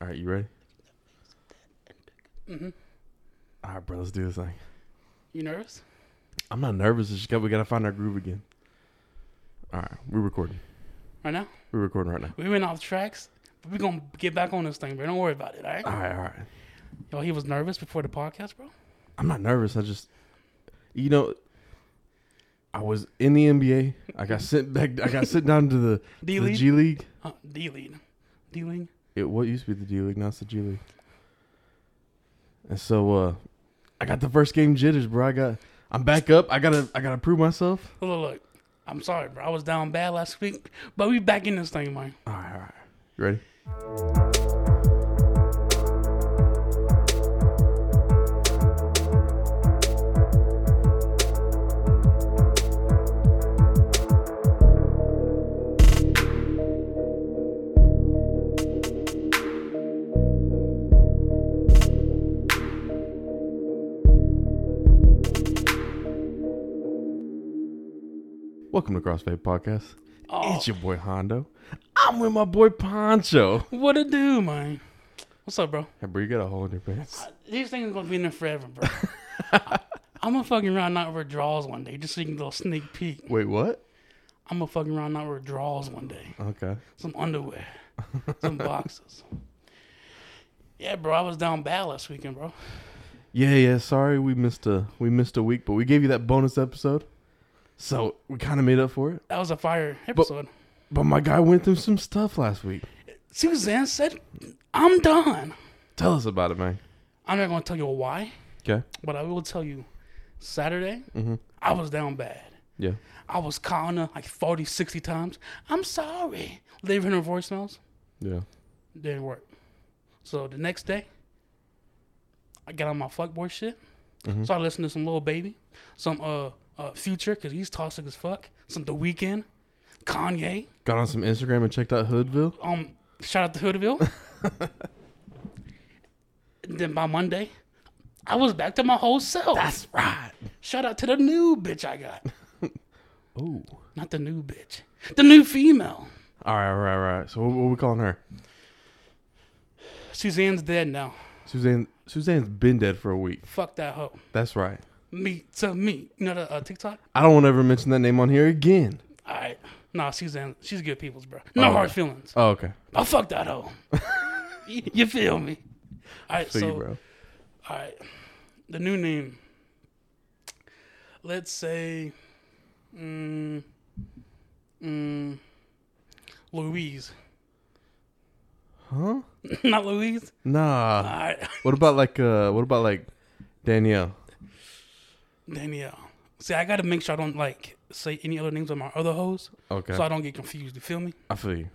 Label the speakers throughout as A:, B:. A: All right, you ready?
B: Mm-hmm.
A: All right, bro, let's do this thing.
B: You nervous?
A: I'm not nervous. It's just got we gotta find our groove again. All right, we're recording.
B: Right now?
A: We're recording right now.
B: We went off tracks, but we're gonna get back on this thing, bro. Don't worry about it, all right?
A: All right, all right.
B: Yo, he was nervous before the podcast, bro.
A: I'm not nervous. I just, you know, I was in the NBA. I got sent back. I got sent down to the,
B: D
A: the
B: League?
A: G League.
B: Huh, D lead. D League?
A: It what used to be the D League, now it's the G League. And so, uh, I got the first game jitters, bro. I got. I'm back up. I gotta. I gotta prove myself.
B: Look, look, look. I'm sorry, bro. I was down bad last week, but we back in this thing, man.
A: All right, all right. You ready? Welcome to CrossFit Podcast.
B: Oh,
A: It's your boy Hondo. I'm with my boy Poncho.
B: what it do, man? What's up, bro?
A: Hey, bro, you got a hole in your pants.
B: These things are gonna be in there forever, bro. I'm gonna fucking round out with draws one day, just so you can get a little sneak peek.
A: Wait, what?
B: I'm gonna fucking round out with draws one day.
A: Okay.
B: some underwear, some boxes. Yeah, bro, I was down bad last weekend, bro.
A: Yeah, yeah. Sorry, we missed a we missed a week, but we gave you that bonus episode, so we kind of made up for it.
B: That was a fire episode.
A: But my guy went through some stuff last week.
B: Suzanne said, "I'm done."
A: Tell us about it, man.
B: I'm not gonna tell you why,
A: Okay.
B: but I will tell you. Saturday,
A: Mhm.
B: I was down bad.
A: Yeah.
B: I was calling her like 40, 60 times. I'm sorry. Leaving her voicemails
A: Yeah.
B: didn't work. So the next day, I got on my fuckboy shit.
A: Mhm.
B: Started listening to some Lil Baby, some uh, uh Future because he's toxic as fuck. Some The Weeknd, Kanye.
A: Got on some Instagram and checked out Hoodville.
B: Um, shout out to Hoodville. then by Monday, I was back to my whole self.
A: That's right.
B: shout out to the new bitch I got.
A: Oh.
B: Not the new bitch, the new female.
A: All right, all right, all right. So what, what we calling her?
B: Suzanne's dead now.
A: Suzanne. Suzanne's been dead for a week.
B: Fuck that hoe.
A: That's right.
B: Me to me. You know the uh, TikTok.
A: I don't want to ever mention that name on here again.
B: All right. Nah, Suzanne, she's good people's, bro. No hard feelings.
A: Oh, okay.
B: I fuck that hoe. you, you feel me? All right,
A: See
B: so,
A: you, bro.
B: all right, the new name. Let's say, mm, mm, Louise.
A: Huh?
B: Not Louise.
A: Nah.
B: All right,
A: What about like uh what about like Danielle?
B: Danielle. See, I gotta make sure I don't like say any other names of my other hoes,
A: Okay.
B: so I don't get confused. You feel me?
A: I feel you.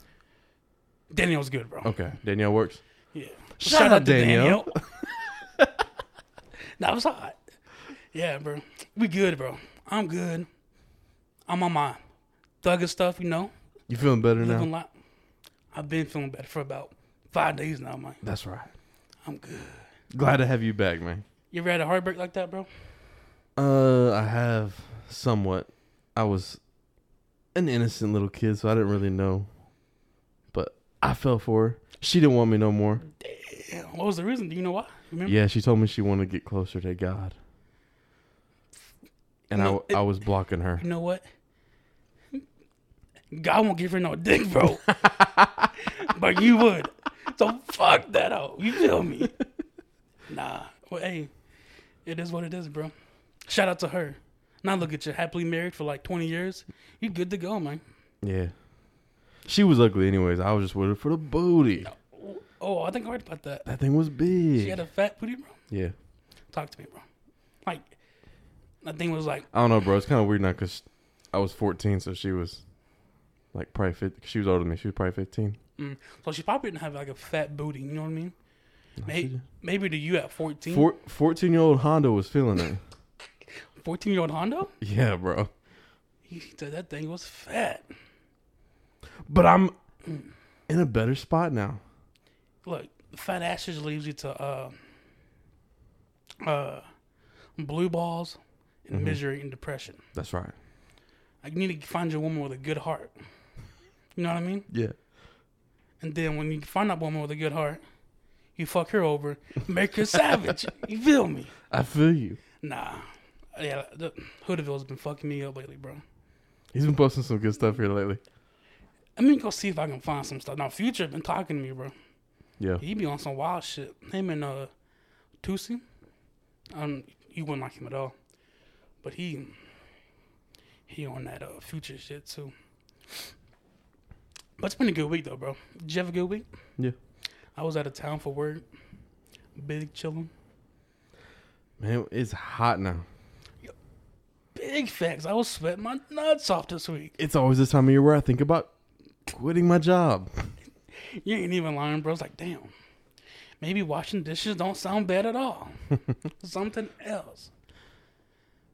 B: Danielle's good, bro.
A: Okay. Danielle works.
B: Yeah.
A: Shout out Danielle.
B: that was hot. Yeah, bro. We good, bro. I'm good. I'm on my thugging stuff, you know.
A: You feeling better
B: Living
A: now?
B: life. I've been feeling better for about five days now, man.
A: That's right.
B: I'm good.
A: Glad to have you back, man.
B: You ever had a heartbreak like that, bro?
A: Uh I have somewhat. I was an innocent little kid, so I didn't really know. But I fell for her. She didn't want me no more.
B: Mm-hmm. Damn. What was the reason? Do you know why? Remember?
A: Yeah, she told me she wanted to get closer to God. And I,
B: No, it-
A: I was blocking her.
B: You know what? God won't give her no dick, bro. but you would. So fuck that out. You feel me? Nah. Well, hey, it is what it is, bro. Shout out to her. Now look at you, happily married for like 20 years. You good to go, man.
A: Yeah. She was ugly anyways. I was just with her for the booty.
B: Oh, I think I heard about that.
A: That thing was big.
B: She had a fat booty, bro.
A: yeah.
B: Talk to me, bro. Like, that thing was like,
A: I don't know, bro. It's kind of weird now because I was 14, so she was like probably 50. She was older than me. She was probably 15.
B: mm. so she probably didn't have like a fat booty. You know what I mean? Maybe, maybe to you at 14,
A: Four, 14 year old Honda was feeling it.
B: 14 year old Hondo?
A: yeah, bro.
B: He said that thing was fat.
A: But I'm in a better spot now.
B: Look, fat ass just leaves you to uh, uh, blue balls and misery and depression.
A: That's right.
B: Like, you need to find your woman with a good heart. You know what I mean?
A: Yeah.
B: And then when you find that woman with a good heart, You fuck her over, make her savage. You feel me?
A: I feel you.
B: Nah. Yeah, the, Hoodville's been fucking me up lately, bro.
A: He's been posting some good stuff here lately.
B: Let me go see if I can find some stuff. Now, Future been talking to me, bro.
A: Yeah.
B: He be on some wild shit. Him and uh, Tusi. Um, you wouldn't like him at all. But he, he on that uh Future shit too. But it's been a good week though, bro. Did you have a good week?
A: Yeah.
B: I was out of town for work. Big chilling.
A: Man, it's hot now.
B: Big facts. I was sweating my nuts off this week.
A: It's always this time of year where I think about quitting my job.
B: You ain't even lying, bro. It's like, damn. Maybe washing dishes don't sound bad at all. Something else.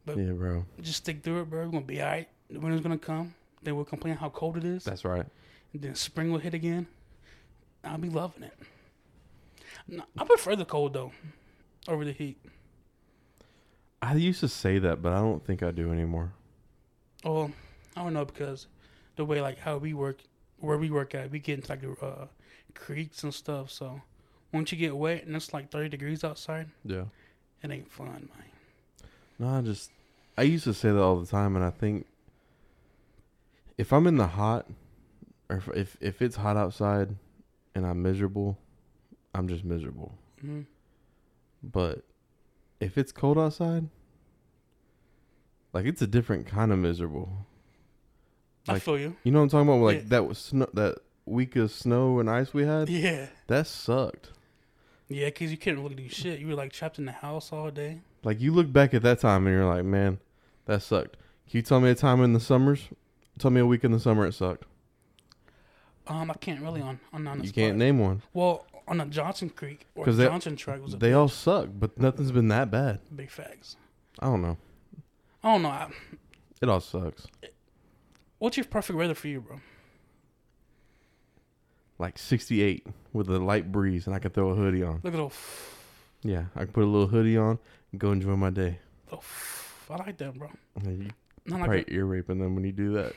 A: Yeah, bro.
B: Just stick through it, bro. We're gonna be all right. The winter's gonna come. Then we'll complain how cold it is.
A: That's right.
B: And then spring will hit again. I'll be loving it. No, I prefer the cold though, over the heat.
A: I used to say that, but I don't think I do anymore.
B: Well, I don't know because the way like how we work, where we work at, we get into like the uh, creeks and stuff. So once you get wet and it's like thirty degrees outside,
A: Yeah.
B: it ain't fun, man.
A: No, I just I used to say that all the time, and I think if I'm in the hot, or if if, if it's hot outside, and I'm miserable, I'm just miserable.
B: Mhm.
A: But if it's cold outside, like it's a different kind of miserable.
B: I
A: Like-
B: feel you.
A: You know what I'm talking about? Like
B: Yeah.
A: that was snow, that week of snow and ice we had.
B: Yeah.
A: That sucked.
B: Yeah, because you couldn't really do shit. You were like trapped in the house all day.
A: Like you look back at that time and you're like, man, that sucked. Can you tell me a time in the summers? Tell me a week in the summer it sucked.
B: Um, I can't really on on, on the
A: You
B: spot.
A: can't name one.
B: Well, on the Johnson Creek or
A: 'Cause they-
B: Johnson Track was a
A: They all suck, but nothing's been that bad.
B: big facts.
A: I don't know.
B: I don't know. I,
A: It all sucks.
B: what's your perfect weather for you, bro?
A: Like 68 with a light breeze, and I could throw a hoodie on.
B: Look at those. f-
A: Yeah, I could put a little hoodie on and go enjoy my day.
B: those f- I like that, bro.
A: You
B: Not like
A: probably ear raping them when you do that.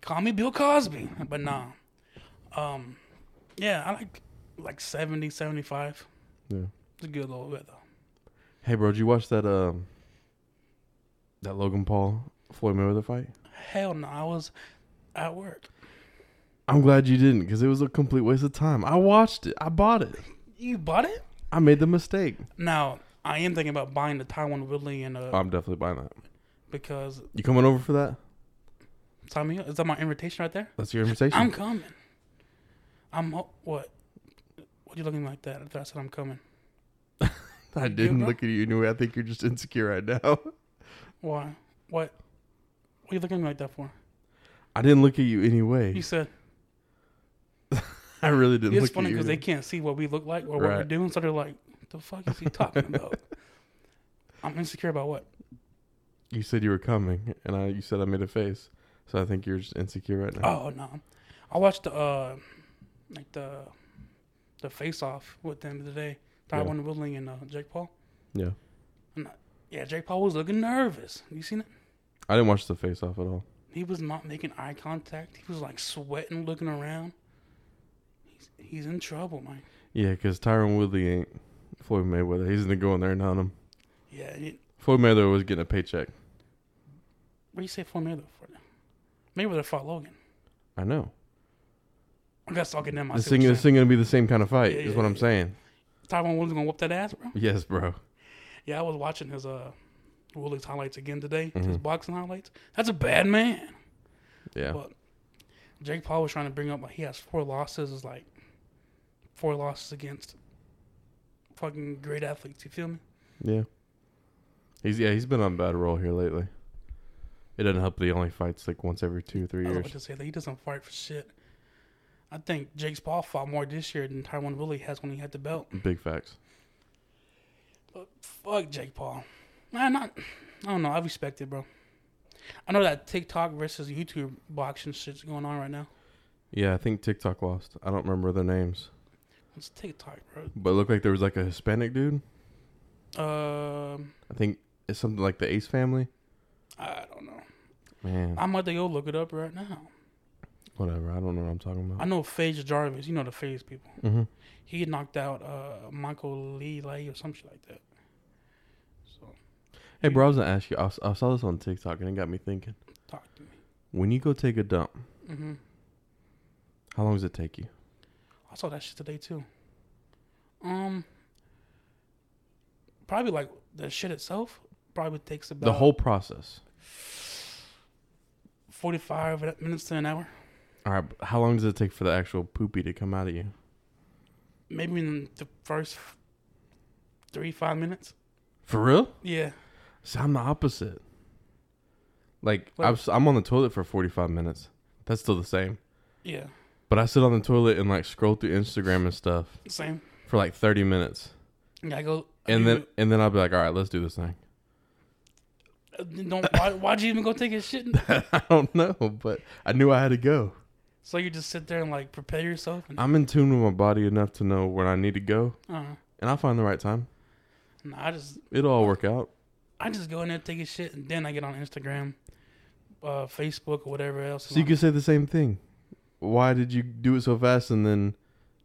B: call me Bill Cosby, but nah. Um, yeah, I like like 70, 75.
A: Yeah.
B: It's a good little weather.
A: Hey, bro, did you watch that um that Logan Paul Floyd Mayweather fight?
B: Hell no, I was at work.
A: I'm glad you didn't, because it was a complete waste of time. I watched it. I bought it.
B: You bought it?
A: I made the mistake.
B: Now I am thinking about buying the Taiwan Woodley and uh,
A: I'm definitely buying that.
B: because
A: You coming over for that?
B: Tommy is that my invitation right there?
A: That's your invitation.
B: I'm coming. I'm ho- what? What you looking like that? I thought I said I'm coming.
A: I
B: You
A: didn't
B: bro?
A: look at you anyway. I think you're just insecure right now.
B: Why? What? What are you looking like that for?
A: I didn't look at you anyway.
B: You said
A: I really didn't
B: it's
A: look
B: funny
A: at you.
B: because they can't see what we look like or what we're
A: Right.
B: doing, so they're like, "The fuck is he talking about?" I'm insecure about what?
A: You said you were coming, and I you said I made a face, so I think you're just insecure right now.
B: Oh no, I watched the uh, like the the face off with them today.
A: Yeah.
B: Tyrone Woodley and uh, Jake Paul.
A: Yeah,
B: Yeah, Jake Paul was looking nervous. You seen it?
A: I didn't watch the face off at all.
B: He was not making eye contact. He was like sweating, looking around. He's he's in trouble, man.
A: Yeah, because Tyron Woodley ain't Floyd Mayweather. He's gonna go in there and hunt him.
B: Yeah, it,
A: Floyd Mayweather was getting a paycheck.
B: what do you say for Mayweather for? Mayweather fought Logan.
A: I know.
B: I got talking them. I
A: This
B: see what
A: thing,
B: you're
A: this
B: saying.
A: thing gonna be the same kind of fight.
B: Yeah,
A: is
B: yeah,
A: what I'm
B: yeah.
A: saying.
B: Tyron Woodley gonna whoop that ass, bro.
A: Yes, bro.
B: Yeah, I was watching his uh Woodley's highlights again today. His
A: Mhm.
B: boxing highlights. That's a bad man.
A: Yeah,
B: But Jake Paul was trying to bring up like he has four losses. Is like four losses against fucking great athletes. You feel me?
A: yeah. He's yeah he's been on a bad roll here lately. It doesn't help that he only fights like once every two or three
B: I was
A: years.
B: about to say that he doesn't fight for shit. I think Jake Paul fought more this year than Tyrone Woodley has when he had the belt.
A: Big facts.
B: But fuck Jake Paul. Nah, not. I don't know. I respect it, bro. I know that TikTok versus YouTube boxing shit's going on right now.
A: Yeah, I think TikTok lost. I don't remember their names,
B: It's TikTok, bro.
A: but it looked like there was like a Hispanic dude.
B: Um,
A: I think it's something like the Ace family.
B: I don't know.
A: Man,
B: I'm about to go look it up right now.
A: Whatever. I don't know what I'm talking
B: I
A: about.
B: know Phage Jarvis. You know the Phage people.
A: hmm
B: He knocked out uh, Michael Lee Lay or some shit like that. So
A: Hey, bro, I was gonna ask you. I, s- I saw this on TikTok and it got me thinking.
B: talk to me.
A: When you go take a dump,
B: hmm
A: how long does it take you?
B: I saw that shit today too. Um, probably like the shit itself probably takes about
A: The whole process.
B: forty-five minutes to an hour,
A: All right. but How long does it take for the actual poopy to come out of you?
B: maybe in the first three five minutes.
A: For real?
B: Yeah,
A: See, I'm the opposite. Like
B: What?
A: I've, s- I'm on the toilet for 45 minutes. That's still the same.
B: yeah,
A: But I sit on the toilet and like scroll through Instagram and stuff
B: same.
A: for like 30 minutes,
B: Yeah, I go
A: and
B: you-
A: then and then I'll be like, all right, let's do this thing.
B: Uh, Don't why, why'd you even go take a shit?
A: I don't know, but I knew I had to go.
B: So you just sit there and like prepare yourself. And, uh,
A: I'm in tune with my body enough to know when I need to go,
B: nah,
A: and I'll find the right time.
B: I just
A: It'll all work out.
B: I just go in there take a shit, and then I get on Instagram, uh, Facebook, or whatever else.
A: So you could say the same thing. Why did you do it so fast and then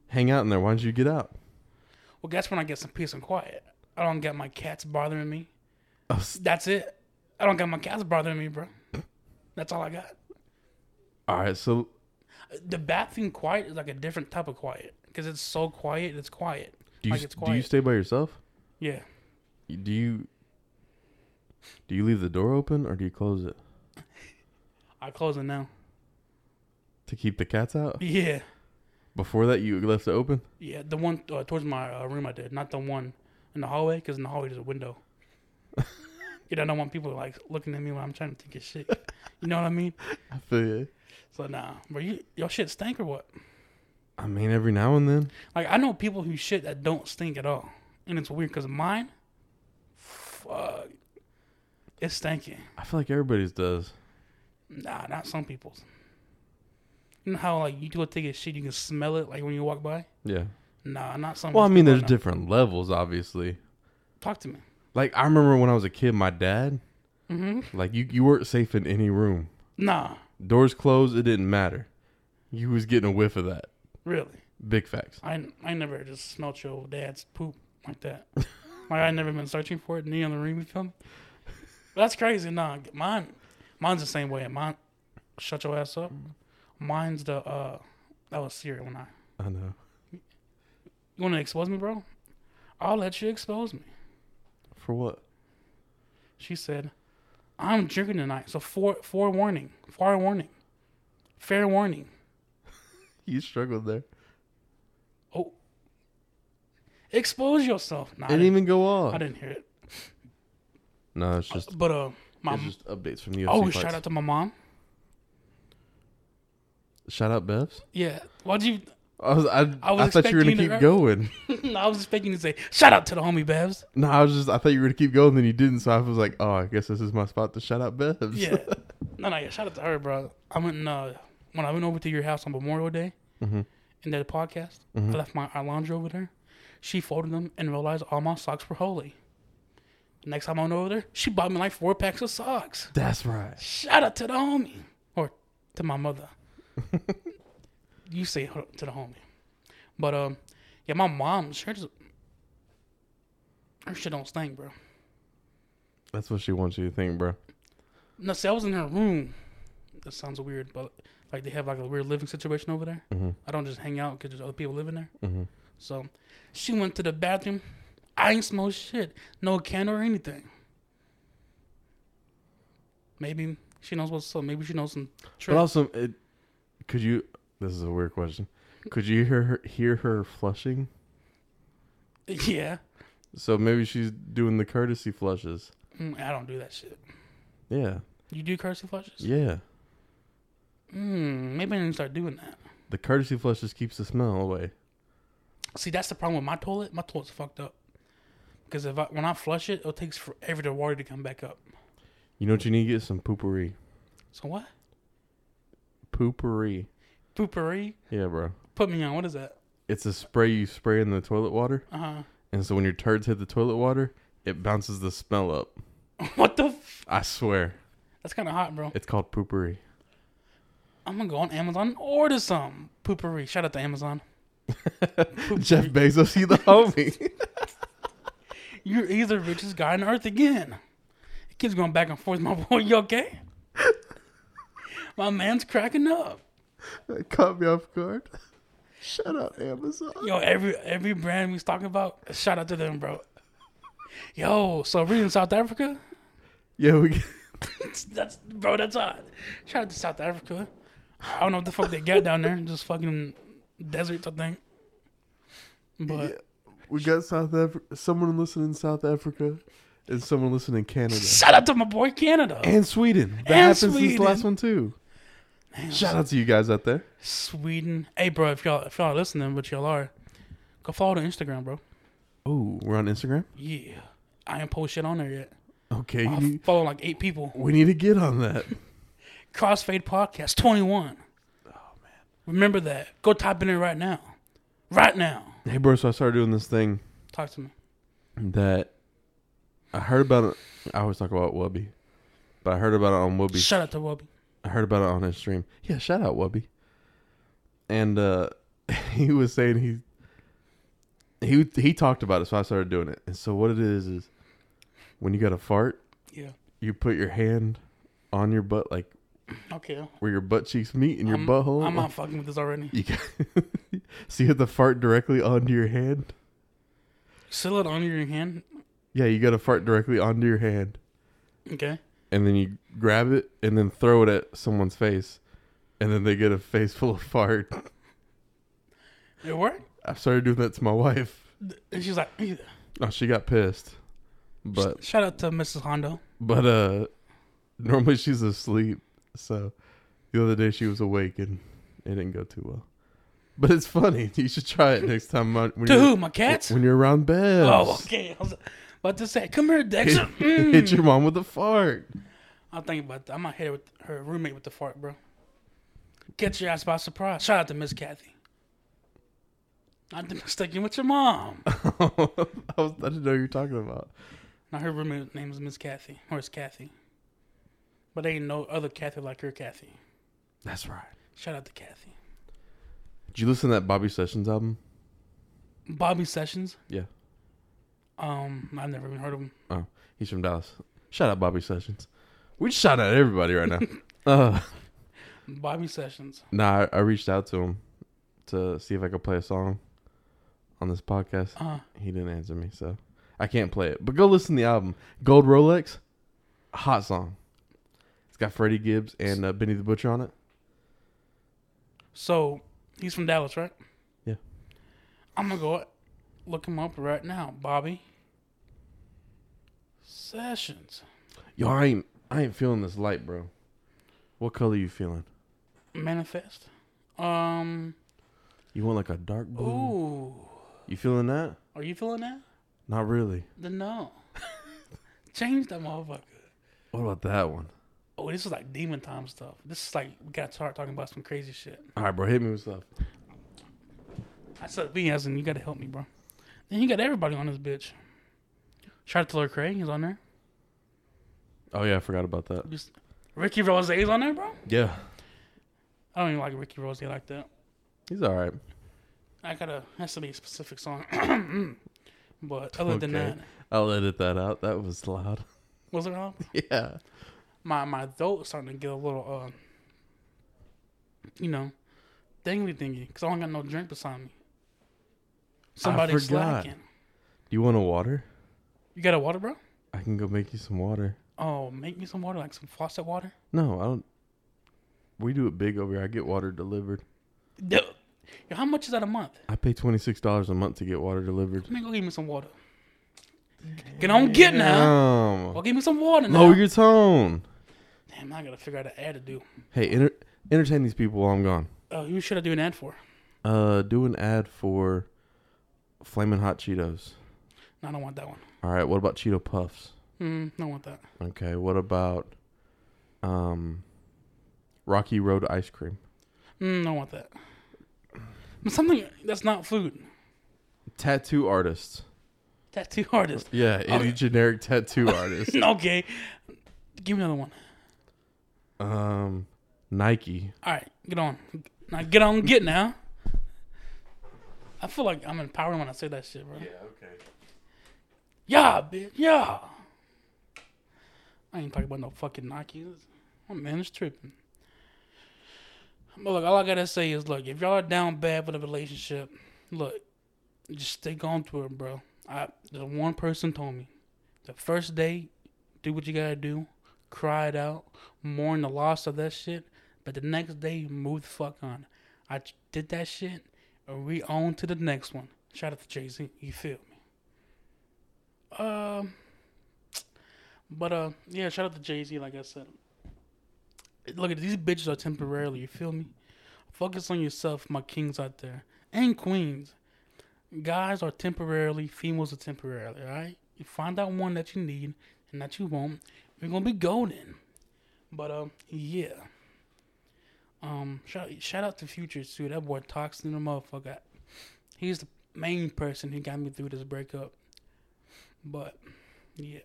A: hang out in there? Why didn't you get out?
B: well, that's when I get some peace and quiet. I don't get my cats bothering me.
A: I was-
B: That's it. I don't got my cats bothering me, bro. That's all I got.
A: all right, so
B: The bathroom quiet is like a different type of quiet because it's so quiet. It's quiet.
A: do you
B: Like, it's
A: do you
B: quiet.
A: stay by yourself?
B: Yeah,
A: Do you do you leave the door open or do you close it
B: I close it now.
A: to keep the cats out?
B: Yeah,
A: Before that, you left it open.
B: yeah. The one uh, towards my uh, room I did, not the one in the hallway because in the hallway there's a window. you know, I don't want people like looking at me when I'm trying to take a shit. You know what I mean?
A: I feel you.
B: So nah, bro, you your shit stink or what?
A: I mean, every now and then.
B: Like I know people who shit that don't stink at all, and it's weird because mine, fuck, it's stinking.
A: I feel like everybody's does.
B: Nah, not some people's. You know how like you go take a shit, you can smell it like when you walk by.
A: Yeah.
B: Nah, not some.
A: Well, I mean,
B: people
A: there's
B: know.
A: different levels, obviously.
B: Talk to me.
A: Like I remember when I was a kid, my dad,
B: Mm-hmm.
A: like you, you weren't safe in any room.
B: Nah,
A: Doors closed, it didn't matter. You was getting a whiff of that.
B: really.
A: Big facts.
B: I I never just smelt your dad's poop like that. like I never been searching for it. Knee on the ring, you feel me? That's crazy. Nah, mine, mine's the same way. Mine, shut your ass up. Mine's the uh, that was Siri when I.
A: I know.
B: You want to expose me, bro? I'll let you expose me.
A: For what?
B: She said, "I'm drinking tonight, so for forewarning, forewarning, fair warning."
A: You struggled there.
B: Oh, expose yourself. Nah, I
A: didn't
B: didn't,
A: even go
B: I
A: off.
B: didn't hear it.
A: No, it's just
B: But uh, my
A: it's just updates from the UFC
B: oh,
A: fights.
B: shout out to my mom.
A: Shout out, Bevs.
B: Yeah, why'd you?
A: I was I, I,
B: was
A: thought you were
B: expecting you
A: gonna
B: to
A: keep
B: rap.
A: going.
B: I was expecting you to say shout out to the homie Babs.
A: No, I was just I thought you were gonna keep going, then you didn't. So I was like, oh, I guess this is my spot to shout out Bevs.
B: Yeah, no, no, yeah, shout out to her, bro. I went and, uh, when I went over to your house on Memorial Day
A: mm-hmm.
B: and did a podcast. I left my Alondra over there. She folded them and realized all my socks were holy. Next time I went over there, she bought me like four packs of socks.
A: That's right.
B: Shout out to the homie or to my mother. you say her- to the homie, but um, yeah, my mom, she just her shit don't stink, bro.
A: That's what she wants you to think, bro.
B: No, see, I was in her room. That sounds weird, but like they have like a weird living situation over there.
A: Mhm.
B: I don't just hang out because there's other people living there.
A: Mhm.
B: So she went to the bathroom. I ain't smell shit, no candle or anything. Maybe she knows what's up. Maybe she knows some
A: But
B: tricks.
A: also, it, could you? This is a weird question. Could you hear her hear her flushing?
B: yeah,
A: So maybe she's doing the courtesy flushes.
B: Mm, I don't do that shit.
A: Yeah,
B: You do currency flushes?
A: yeah.
B: Mm, maybe I need to start doing that.
A: The courtesy flushes keeps the smell away.
B: See, that's the problem with my toilet. My toilet's fucked up. Because if I, when I flush it, it takes forever the water to come back up.
A: You know what you need to get some poopery.
B: So what?
A: Poopery.
B: Poopery?
A: Yeah, bro.
B: Put me on. What is that?
A: It's a spray you spray in the toilet water,
B: Uh
A: and so when your turds hit the toilet water, it bounces the smell up.
B: huh. what the? F-
A: I swear,
B: That's kind of hot, bro.
A: it's called poopery.
B: I'm gonna go on Amazon and order some poopery. Shout out to Amazon.
A: Jeff Bezos, he the homie.
B: You're he's the richest guy on earth again. It keeps going back and forth. My boy, you okay? My man's cracking up.
A: that caught me off guard. Shut up, Amazon.
B: Yo, every every brand we was talking about, shout out to them, bro. Yo, so we in South Africa.
A: Yeah, we.
B: that's bro, that's hot. Shout out to South Africa. I don't know what the fuck they got down there. Just fucking deserts, I think. But
A: We got South Africa. Someone listening in South Africa, and someone listening in Canada
B: shout out to my boy Canada.
A: and Sweden. That
B: And
A: happens since the
B: Sweden.
A: last one too. Shout out to you guys out there.
B: Sweden. Hey, bro, if y'all if y'all listening, but y'all are, go follow the Instagram, bro.
A: Oh, we're on Instagram.
B: Yeah, I ain't post shit on there yet.
A: Okay, you
B: I
A: need-
B: follow like eight people.
A: we need to get on that.
B: Crossfade Podcast twenty one. Oh man, remember that. Go type it in right now, right now.
A: hey, bro. So I started doing this thing
B: Talk to me.
A: that I heard about. It. I always talk about Wubby, but I heard about it on Wubby.
B: Shout out to Wobby.
A: I heard about it on his stream. Yeah, shout out Wubby. And uh he was saying he he he talked about it, so I started doing it. And so what it is is when you got a fart,
B: Yeah.
A: you put your hand on your butt, like
B: Okay.
A: where your butt cheeks meet in your
B: I'm,
A: butthole.
B: I'm not fucking with this already.
A: You got, so you have to fart directly onto your hand.
B: Seal it on your hand.
A: Yeah, you got to fart directly onto your hand,
B: Okay.
A: and then you grab it and then throw it at someone's face, and then they get a face full of fart.
B: It worked.
A: I started doing that to my wife.
B: And she's like, "Yeah."
A: Oh, she got pissed. But
B: shout out to Mrs. Hondo.
A: but uh normally she's asleep. So the other day she was awake and it didn't go too well. But it's funny. You should try it next time uh, when
B: To
A: you're
B: who? My cats?
A: when you're around bed.
B: Oh, okay. I was about to say, come here,
A: hit,
B: Dexter.
A: hit your mom with a fart.
B: I'll think about that. I might hit her with her roommate with the fart, bro. Catch your ass by surprise. Shout out to Miss Kathy. Not to mistake you with your mom.
A: I, was, I didn't know what you were talking about.
B: now her roommate name is Miss Kathy, or it's Kathy. But ain't no other Kathy like your Kathy.
A: That's right.
B: Shout out to Kathy.
A: Did you listen to that Bobby Sessions album?
B: Bobby Sessions.
A: Yeah.
B: Um, I've never even heard of him.
A: Oh, he's from Dallas. Shout out Bobby Sessions. We just shout out everybody right now. uh
B: Bobby Sessions.
A: Nah, I, I reached out to him to see if I could play a song on this podcast.
B: Uh,
A: He didn't answer me, so I can't play it. But go listen to the album. Gold Rolex, hot song. It's got Freddie Gibbs and uh, Benny the Butcher on it.
B: so he's from Dallas, right?
A: Yeah.
B: I'm gonna go look him up right now. Bobby Sessions.
A: Yo, I ain't I ain't feeling this light, bro. What color you feeling?
B: Manifest. Um.
A: You want like a dark blue?
B: Ooh.
A: You feeling that?
B: Are you feeling that?
A: Not really.
B: Then no. Change that motherfucker.
A: What about that one?
B: Oh, this is like demon time stuff. This is like we got to start talking about some crazy shit.
A: All right, bro, hit me with stuff.
B: I said we as in you got to help me, bro. Then you got everybody on this bitch. Shout out to Lord Craig, he's on there.
A: Oh yeah, I forgot about that.
B: Just Ricky Rose is on there, bro.
A: Yeah,
B: I don't even like Ricky Rose like that.
A: he's all right.
B: I gotta has to be a specific song. but other than
A: Okay.
B: that,
A: I'll edit that out. That was loud.
B: was it all?
A: yeah.
B: my my throat's starting to get a little uh you know dangly dingy because I don't got no drink beside me. Somebody's
A: forgot.
B: slacking.
A: Do you want a water?
B: You got a water, bro?
A: I can go make you some water.
B: Oh, make me some water, like some faucet water.
A: No, I don't. We do it big over here. I get water delivered.
B: Duh. Yo, how much is that a month?
A: I pay twenty six dollars a month to get water delivered.
B: Let me go give me some water. Get on, get now.
A: Damn.
B: Go give me some water now.
A: Lower your tone.
B: Damn, I gotta figure out an ad to do.
A: Hey, enter, entertain these people while I'm gone.
B: Oh, who should I do an ad for?
A: Uh, do an ad for Flamin' Hot Cheetos.
B: No, I don't want that one.
A: All right. What about Cheeto Puffs?
B: Mm, don't want that.
A: Okay. What about um Rocky Road ice cream?
B: Mm, don't want that. But something that's not food.
A: Tattoo artists.
B: Tattoo artist.
A: Oh, Yeah, any generic tattoo artist.
B: okay. Give me another one.
A: Um, Nike.
B: All right, get on. Now get on, get now. I feel like I'm empowered when I say that shit, bro.
A: okay.
B: Yeah, bitch. Yeah. I ain't talking about no fucking Nikes. My man is tripping. But look, all I gotta say is, look, if y'all are down bad with a relationship, look, just stick on to it, bro. I the one person told me, the first date, do what you gotta do, cry it out, mourn the loss of that shit. But the next day, move the fuck on. I did that shit, and we on to the next one. Shout out to Jay Z. You feel me? Um, but uh, yeah, shout out to Jay Z. Like I said, look at these bitches are temporarily. You feel me? Focus on yourself, my kings out there and queens. Guys are temporarily, females are temporarily. All right, you find out one that you need and that you want. We're gonna be golden. But um, yeah. Um, shout shout out to Future too. That boy talks to the motherfucker. He's the main person who got me through this breakup. But yeah,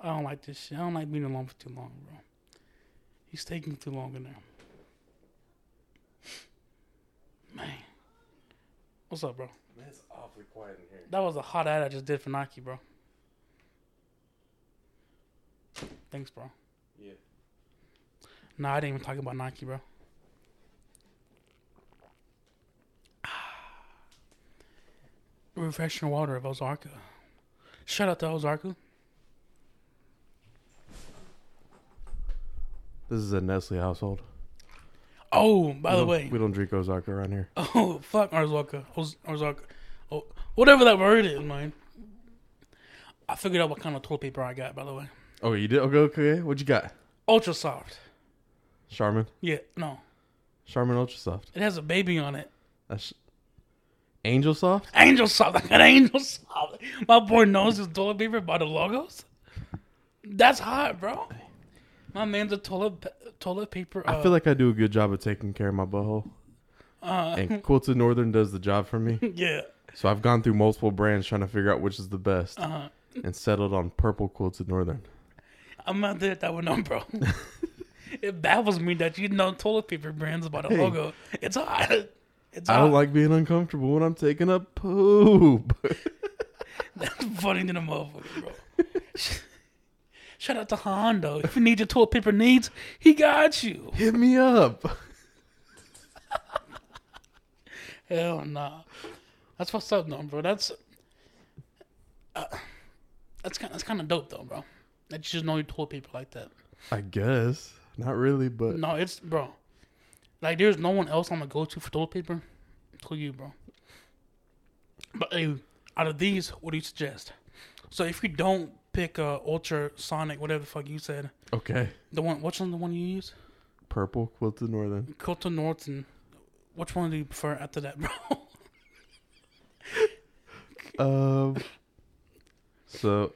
B: I don't like this shit. I don't like being alone for too long, bro. He's taking too long in there. Man, what's up, bro?
A: Man, it's awfully quiet in here.
B: That was a hot ad I just did for Nike, bro. Thanks, bro.
A: Yeah.
B: Nah, I didn't even talk about Nike, bro. Refreshing water of Ozarka. Shout out to Ozarka.
A: This is a Nestle household.
B: Oh, by the
A: We don't-
B: way.
A: we don't drink Ozarka around here.
B: Oh, fuck Ozarka. Oz- Ozarka. Oh, whatever that word is, man. I figured out what kind of toilet paper I got, by the way.
A: Oh, you did? Okay, okay. What you got?
B: Ultra soft.
A: Charmin.
B: Yeah, no.
A: Charmin Ultra Soft.
B: It has a baby on it.
A: That's Angel Soft.
B: Angel Soft. I got Angel Soft. My boy knows his toilet paper by the logos. That's hot, bro. My man's a toilet pa- toilet paper. Uh,
A: I feel like I do a good job of taking care of my butthole.
B: uh,
A: And Quilted Northern does the job for me.
B: yeah.
A: So I've gone through multiple brands trying to figure out which is the best
B: Uh,
A: and settled on Purple Quilted Northern.
B: I'm not there at that one, no, bro. it baffles me that you know toilet paper brands by the
A: Hey.
B: logo. It's hot. It's
A: I don't
B: hot.
A: like being uncomfortable when I'm taking a poop.
B: That's funny than a motherfucker, bro. Shout out to Hondo. If you need your toilet paper needs, he got you.
A: Hit me up.
B: Hell nah. That's what's up, though, bro. That's uh, that's kind that's kind of dope, though, bro. That you just know you told people like that.
A: I guess. Not really, but
B: No, it's bro. Like, there's no one else I'm gonna go to for toilet paper, to you, bro. But hey, out of these, what do you suggest? So if you don't pick uh, Ultra Sonic, whatever the fuck you said,
A: okay.
B: the one, which one the one you use?
A: Purple Quilted Northern.
B: Kota Norton. Which one do you prefer after that, bro?
A: Um So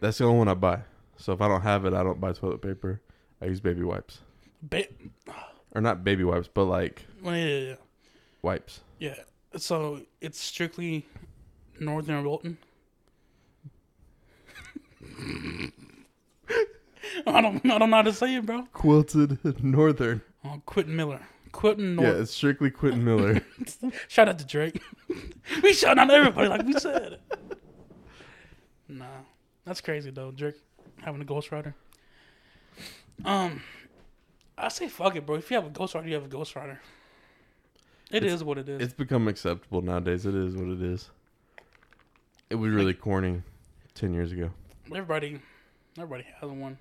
A: that's the only one I buy. So if I don't have it, I don't buy toilet paper. I use baby wipes.
B: ba-
A: Or not baby wipes, but like
B: well, yeah, yeah, yeah.
A: wipes.
B: Yeah. So it's strictly Northern Wilton. I don't, I don't know how to say it, bro.
A: Quilted Northern.
B: Oh, Quentin Miller. Quentin
A: Yeah,
B: North.
A: it's strictly Quentin Miller.
B: Shout out to Drake. we shout out to everybody, like we said. nah, that's crazy though. Drake having a ghostwriter. Um, I say fuck it, bro. If you have a ghostwriter, you have a ghostwriter. it's,
A: It's-
B: what it is.
A: it's become acceptable nowadays. It is what it is. It was really corny ten years ago.
B: Everybody, everybody has one.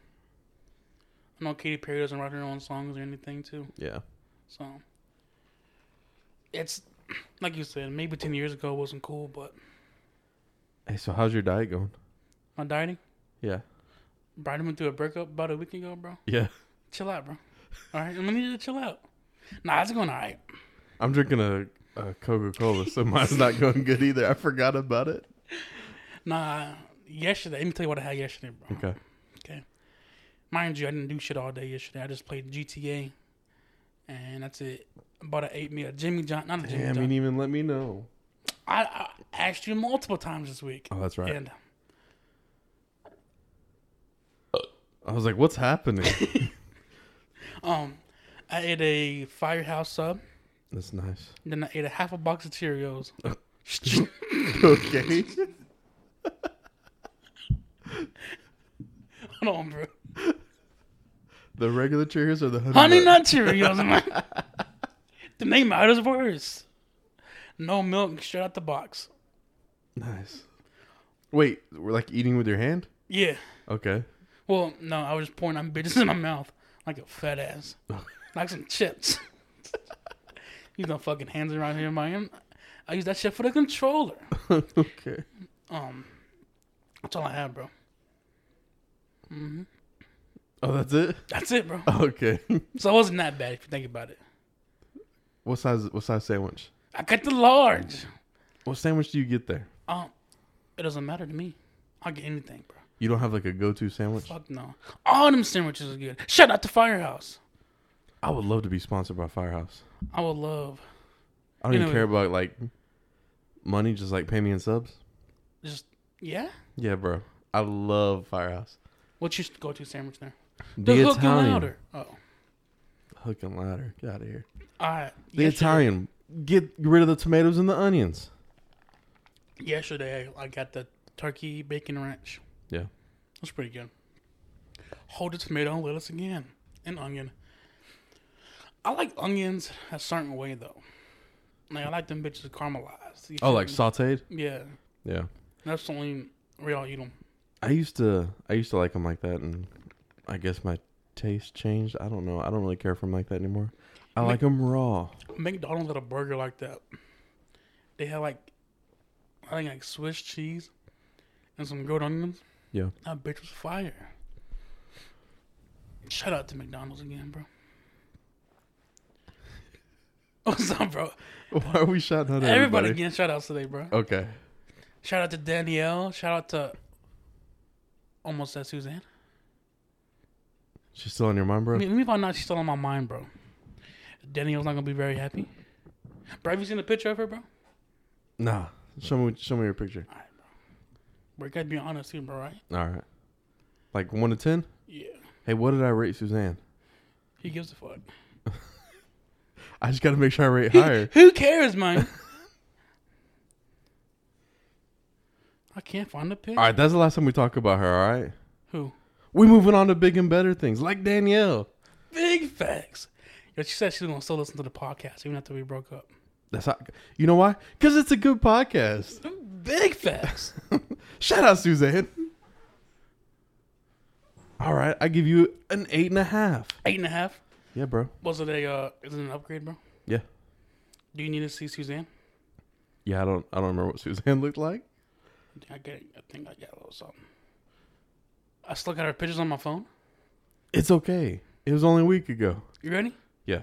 B: I know Katy Perry doesn't write her own songs or anything too,
A: Yeah.
B: so it's like you said. Maybe ten years ago it wasn't cool, but
A: Hey, so how's your diet going?
B: my dieting.
A: Yeah.
B: Brian went through a breakup about a week ago, bro.
A: Yeah.
B: Chill out, bro. All right, I need you to chill out. Nah, it's going all right.
A: I'm drinking a, a Coca Cola, so mine's not going good either. I forgot about it.
B: Nah, yesterday. Let me tell you what I had yesterday, bro.
A: Okay.
B: Mind you, I didn't do shit all day yesterday. I just played GTA, and that's it. About an eight meal, Jimmy John, not a Jimmy
A: Damn, you
B: John.
A: didn't even let me know.
B: I, I asked you multiple times this week,
A: Oh, that's right.
B: and
A: I was like, what's happening?
B: Um, I ate a firehouse sub.
A: That's nice.
B: Then I ate a half a box of Cheerios.
A: okay.
B: Hold on, bro.
A: the regular Cheerios or the honey,
B: Honey Nut Cheerios. man. the name matters worse. No milk, straight out the box.
A: Nice. Wait, we're like eating with your hand?
B: Yeah.
A: Okay.
B: Well, no, I was just pouring on bitches in my mouth like a fat ass, like some chips. Use no fucking hands around here, man. I use that shit for the controller.
A: okay.
B: Um, that's all I have, bro.
A: Oh, that's it.
B: That's it, bro.
A: Okay.
B: So it wasn't that bad if you think about it.
A: what size? What size sandwich?
B: I got the large.
A: What sandwich do you get there?
B: Um, it doesn't matter to me. I'll get anything, bro.
A: You don't have like a go-to sandwich.
B: Fuck no. All them sandwiches are good. Shout out to Firehouse.
A: I would love to be sponsored by Firehouse.
B: I would love
A: I don't even
B: Anyway.
A: care about like money. Just like pay me in subs.
B: just yeah.
A: Yeah, bro. I love Firehouse.
B: What's your go-to sandwich there?
A: The,
B: hook and louder. Oh,
A: Hook and louder. Get out of here.
B: all right.
A: The
B: Yes, sir.
A: Italian. Get rid of the tomatoes and the onions.
B: Yesterday, I got the turkey bacon ranch.
A: Yeah.
B: That's pretty good. Hold the tomato and lettuce again, and onion. I like onions a certain way though. Like I like them bitches caramelized. You
A: Oh,
B: feel
A: like
B: me?
A: sautéed.
B: yeah.
A: Yeah.
B: That's the only way I'll eat them.
A: I used to. I used to like them like that, and I guess my taste changed. I don't know. I don't really care for them like that anymore. I like them raw.
B: McDonald's had a burger like that. They had like I think like Swiss cheese and some grilled onions.
A: Yeah.
B: That bitch was fire. Shout out to McDonald's again, bro. What's up, bro?
A: Why are we shouting out at
B: Everybody
A: everybody?
B: getting shout outs today, bro.
A: Okay.
B: Shout out to Danielle. Shout out to almost said Suzanne.
A: She's still on your mind, bro.
B: Let me, let me find out she's still on my mind, bro. Danielle's not gonna be very happy. Bro, have you seen a picture of her, bro?
A: Nah. Show me. Show me your picture.
B: Bro, you gotta be honest here, bro, right?
A: All right. Like one to ten.
B: Yeah.
A: Hey, what did I rate Suzanne?
B: He gives a fuck.
A: I just got to make sure I rate
B: Who,
A: higher.
B: who cares, man? I can't find the picture.
A: All right. That's the last time we talk about her. All right.
B: Who?
A: We moving on to big and better things, like Danielle.
B: Big facts. Yo, she said she was gonna still listen to the podcast even after we broke up.
A: That's how, you know why? Because it's a good podcast.
B: Big facts.
A: Shout out Suzanne. All right, I give you an eight and a half.
B: Eight and a half.
A: Yeah, bro.
B: Was it a? Uh, is it an upgrade, bro?
A: Yeah,
B: Do you need to see Suzanne?
A: yeah. I don't, I don't remember what Suzanne looked like.
B: I got. I think I got a little something. I still got her pictures on my phone.
A: It's okay. It was only a week ago.
B: You ready?
A: Yeah.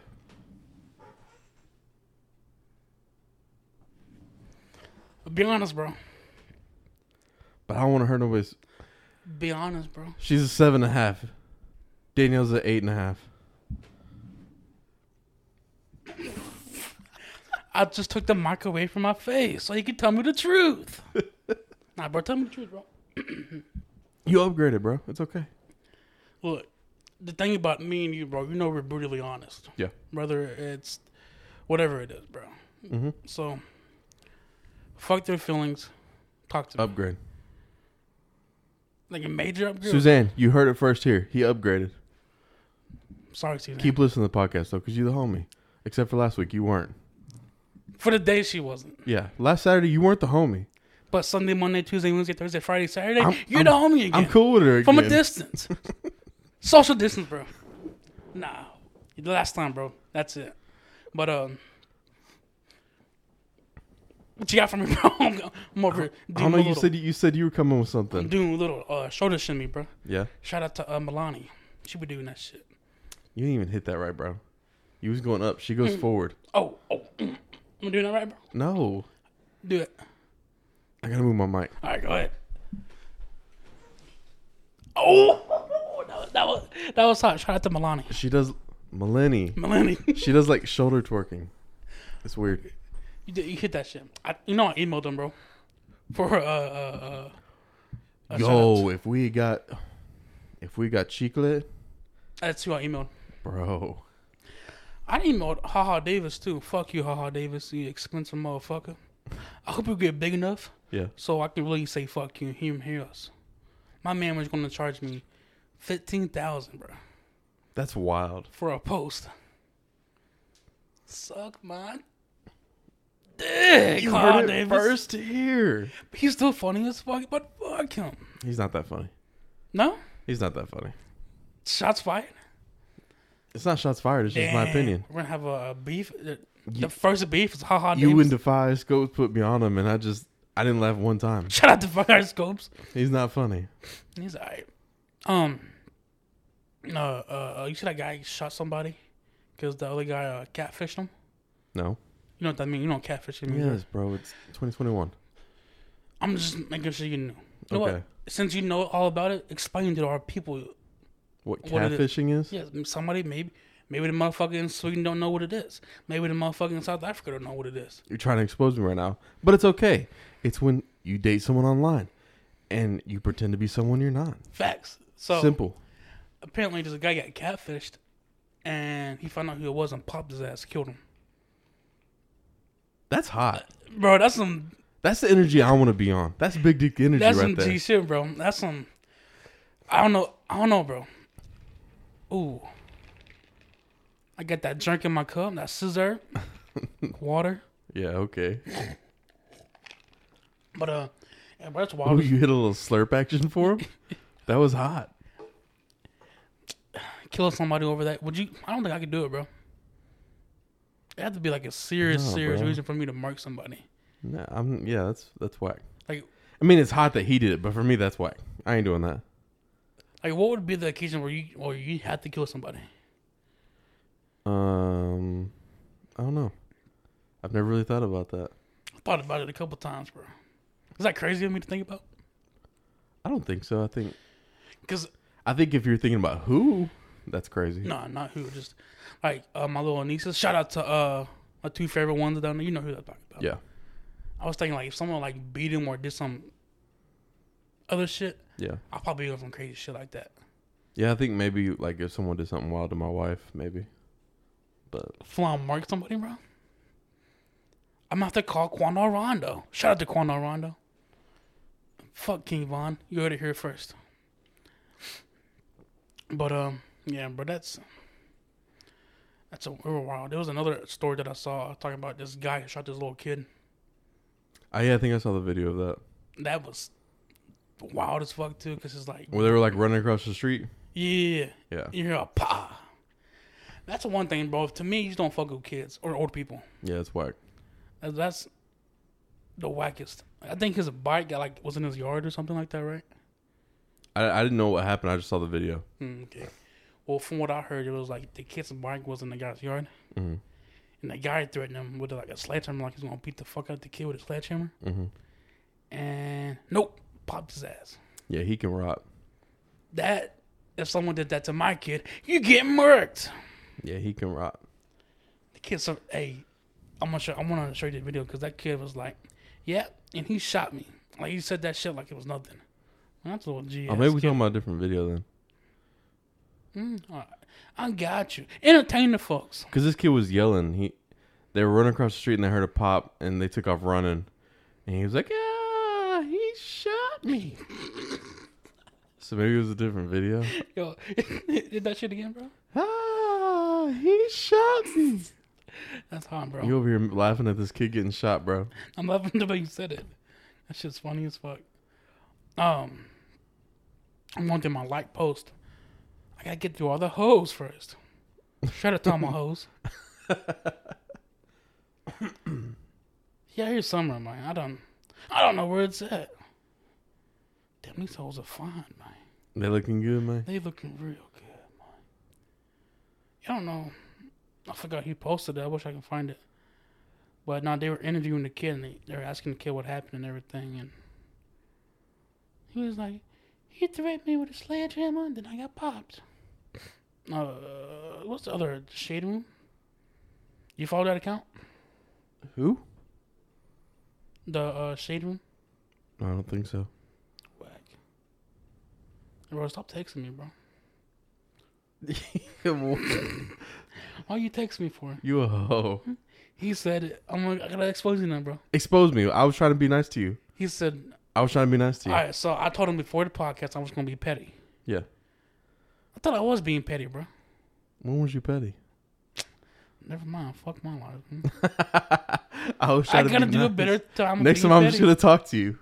B: Be honest, bro.
A: But I don't want to hurt nobody's.
B: Be honest, bro.
A: She's a seven and a half. Danielle's an eight and a half.
B: I just took the mic away from my face so you can tell me the truth. nah, bro. Tell me the truth, bro.
A: You upgraded, bro. It's okay.
B: Look, the thing about me and you, bro, you know we're brutally honest.
A: Yeah.
B: Whether it's whatever it is, bro.
A: Mm-hmm.
B: So, fuck their feelings. Talk to me.
A: Upgrade.
B: Like a major upgrade.
A: Suzanne, you heard it first here. He upgraded.
B: Sorry, Suzanne.
A: Keep listening to the podcast though, because you the homie. Except for last week, you weren't.
B: For the day she wasn't.
A: Yeah, last Saturday you weren't the homie.
B: But Sunday, Monday, Tuesday, Wednesday, Thursday, Friday, Saturday,
A: I'm-
B: you're
A: I'm-
B: the homie again.
A: I'm cool with her again.
B: From a distance. Social distance, bro. Nah. The last time, bro. That's it. But, um, what you got from me, bro? I'm, I'm over here
A: I
B: doing
A: don't know.
B: a
A: You
B: little-
A: said you said you were coming with something.
B: I'm doing a little uh, shoulder shimmy, bro.
A: Yeah.
B: Shout out to uh, Milani. She be doing that shit.
A: You didn't even hit that right, bro. You was going up. She goes forward.
B: Oh, oh. Mm. I'm doing that right, bro.
A: No.
B: Do it.
A: I gotta move my mic.
B: All right, go ahead. Oh, that was that was, that was hot. Shout out to Milani.
A: She does Melanie.
B: Milani,
A: She does like shoulder twerking. It's weird.
B: you, did, you hit that shit. I, you know I emailed them, bro. For uh, uh, uh a shout out.
A: Yo, if we got if we got Chicle,
B: that's who I emailed.
A: bro.
B: I didn't know Haha Davis too. Fuck you, Haha Davis, you expensive motherfucker. I hope you get big enough
A: Yeah,
B: so I can really say fuck you and hear him hear us. My man was gonna charge me fifteen thousand, bro,
A: that's wild.
B: for a post. Suck my dick,
A: You
B: Haha
A: heard it
B: Davis.
A: first here.
B: He's still funny as fuck, but fuck him.
A: He's not that funny.
B: No,
A: He's not that funny.
B: shots fired.
A: It's not shots fired. It's just my
B: Damn.
A: opinion.
B: We're gonna have a beef. The, the
A: You-
B: first beef is haha.
A: You
B: Davis.
A: and Defy Scopes put me on him, and I just I didn't laugh one time.
B: shout out to Fire Scopes.
A: He's not funny.
B: He's alright. Um, uh, uh, you see that guy shot somebody because the other guy uh, catfished him.
A: No.
B: You know what that means? You know what catfishing means?
A: Yes, bro. It's 2021.
B: I'm just making sure you knew. You know
A: Okay.
B: what? Since you know all about it, explain to our people.
A: What
B: What it is.
A: catfishing is?
B: Yeah, somebody maybe, maybe the motherfucker in Sweden don't know what it is. Maybe the motherfucker in South Africa don't know what it is.
A: You're trying to expose me right now, but it's okay. It's when you date someone online, and you pretend to be someone you're not.
B: Facts. So
A: Simple.
B: apparently this guy got catfished and he found out who it was and popped his ass, killed him.
A: That's hot.
B: Bro, that's some
A: That's the energy I want to be on. That's big dick energy
B: that's
A: right
B: some
A: there.
B: G shit, bro. That's some I don't know I don't know, bro. Ooh. I got that drink in my cup, that scissor, water.
A: yeah. Okay.
B: But uh yeah, bro, that's
A: Oh,
B: wild.
A: you hit a little slurp action for him. that was hot.
B: Kill somebody over that. Would you I don't think I could do it, bro. It had to be like a serious,
A: No,
B: serious
A: bro.
B: reason for me to mark somebody.
A: No, I'm. Yeah, that's that's whack.
B: Like
A: I mean, it's hot that he did it, but for me, that's whack. I ain't doing that.
B: like what would be the occasion where you or you had to kill somebody?
A: Um, I don't know. I've never really thought about that.
B: thought about it a couple times, bro. Is that crazy of me to think about?
A: I don't think so. I think
B: Because
A: I think if you're thinking about who, that's crazy.
B: no, not who, just like uh, my little nieces. Shout out to uh my two favorite ones down there. You know who I'm talking about.
A: Yeah,
B: I was thinking like if someone like beat him or did some other shit,
A: yeah,
B: I'll probably do some crazy shit like that.
A: yeah. I think maybe like if someone did something wild to my wife, maybe. But
B: Fly mark somebody, bro. I'm gonna have to call Quando Rondo. Shout out to Quando Rondo. Fuck King Von. You heard it here first. But um, yeah, bro, that's that's a real wild. There was another story that I saw talking about this guy who shot this little kid.
A: I yeah, I think I saw the video of that
B: That was wild as fuck too, cause it's like
A: where they were like running across the street.
B: yeah,
A: Yeah,
B: you hear a pa. That's one thing, bro. To me, you just don't fuck with kids or old people.
A: yeah, it's whack.
B: That- That's the wackest. I think his bike got like was in his yard or something like that, right?
A: I I didn't know what happened. I just saw the video.
B: Mm, okay. Well, from what I heard, it was like the kid's bike was in the guy's yard,
A: hmm
B: and the guy threatened him with like a sledgehammer, like he's gonna beat the fuck out of the kid with a sledgehammer.
A: hmm
B: Mm-hmm. And nope, popped his ass.
A: Yeah, he can rot.
B: That if someone did that to my kid, you get murked.
A: Yeah, he can rot. Oh,
B: The kid said, "Hey, I'm gonna show. I want to show you the video because that kid was like, yeah, and he shot me. Like he said that shit like it was nothing. That's a little G.
A: oh, maybe we're talking about a different video then,
B: Mm, all right. I got you. Entertain the folks.
A: because this kid was yelling. He they were running across the street and they heard a pop and they took off running, and he was like, "Ah, he shot me." so maybe it was a different video.
B: Yo, did that shit again, bro?
A: Ah, he shot me.
B: That's hard, bro.
A: You over here laughing at this kid getting shot, bro.
B: I'm laughing the way you said it. That shit's funny as fuck. Um, I'm going to my like post. I gotta get through all the hoes first. Shout out to all my hoes. yeah, here's summer, man. I don't, I don't know where it's at. Damn, these hoes are fine, man.
A: They looking good, man.
B: They looking real good, man. I don't know. I forgot who posted it. I wish I could find it. But no, they were interviewing the kid and they, they were asking the kid what happened and everything. And he was like, he threatened me with a sledgehammer and then I got popped. Uh, what's the other shade room? You follow that account?
A: Who?
B: The uh, shade room?
A: I don't think so.
B: Whack. Bro, stop texting me, bro. All you text me for?
A: you a hoe.
B: He said, I'm gonna, I gotta expose you now, bro.
A: Expose me. I was trying to be nice to you.
B: He said,
A: I was trying to be nice to you.
B: all right, so I told him before the podcast I was gonna be petty.
A: Yeah.
B: I thought I was being petty, bro.
A: When was you petty?
B: Never mind. Fuck my life. Hmm.
A: I was
B: I
A: trying to
B: gotta
A: be
B: do a
A: nice.
B: better time. of
A: Next
B: being
A: time I'm
B: petty.
A: just gonna talk to you,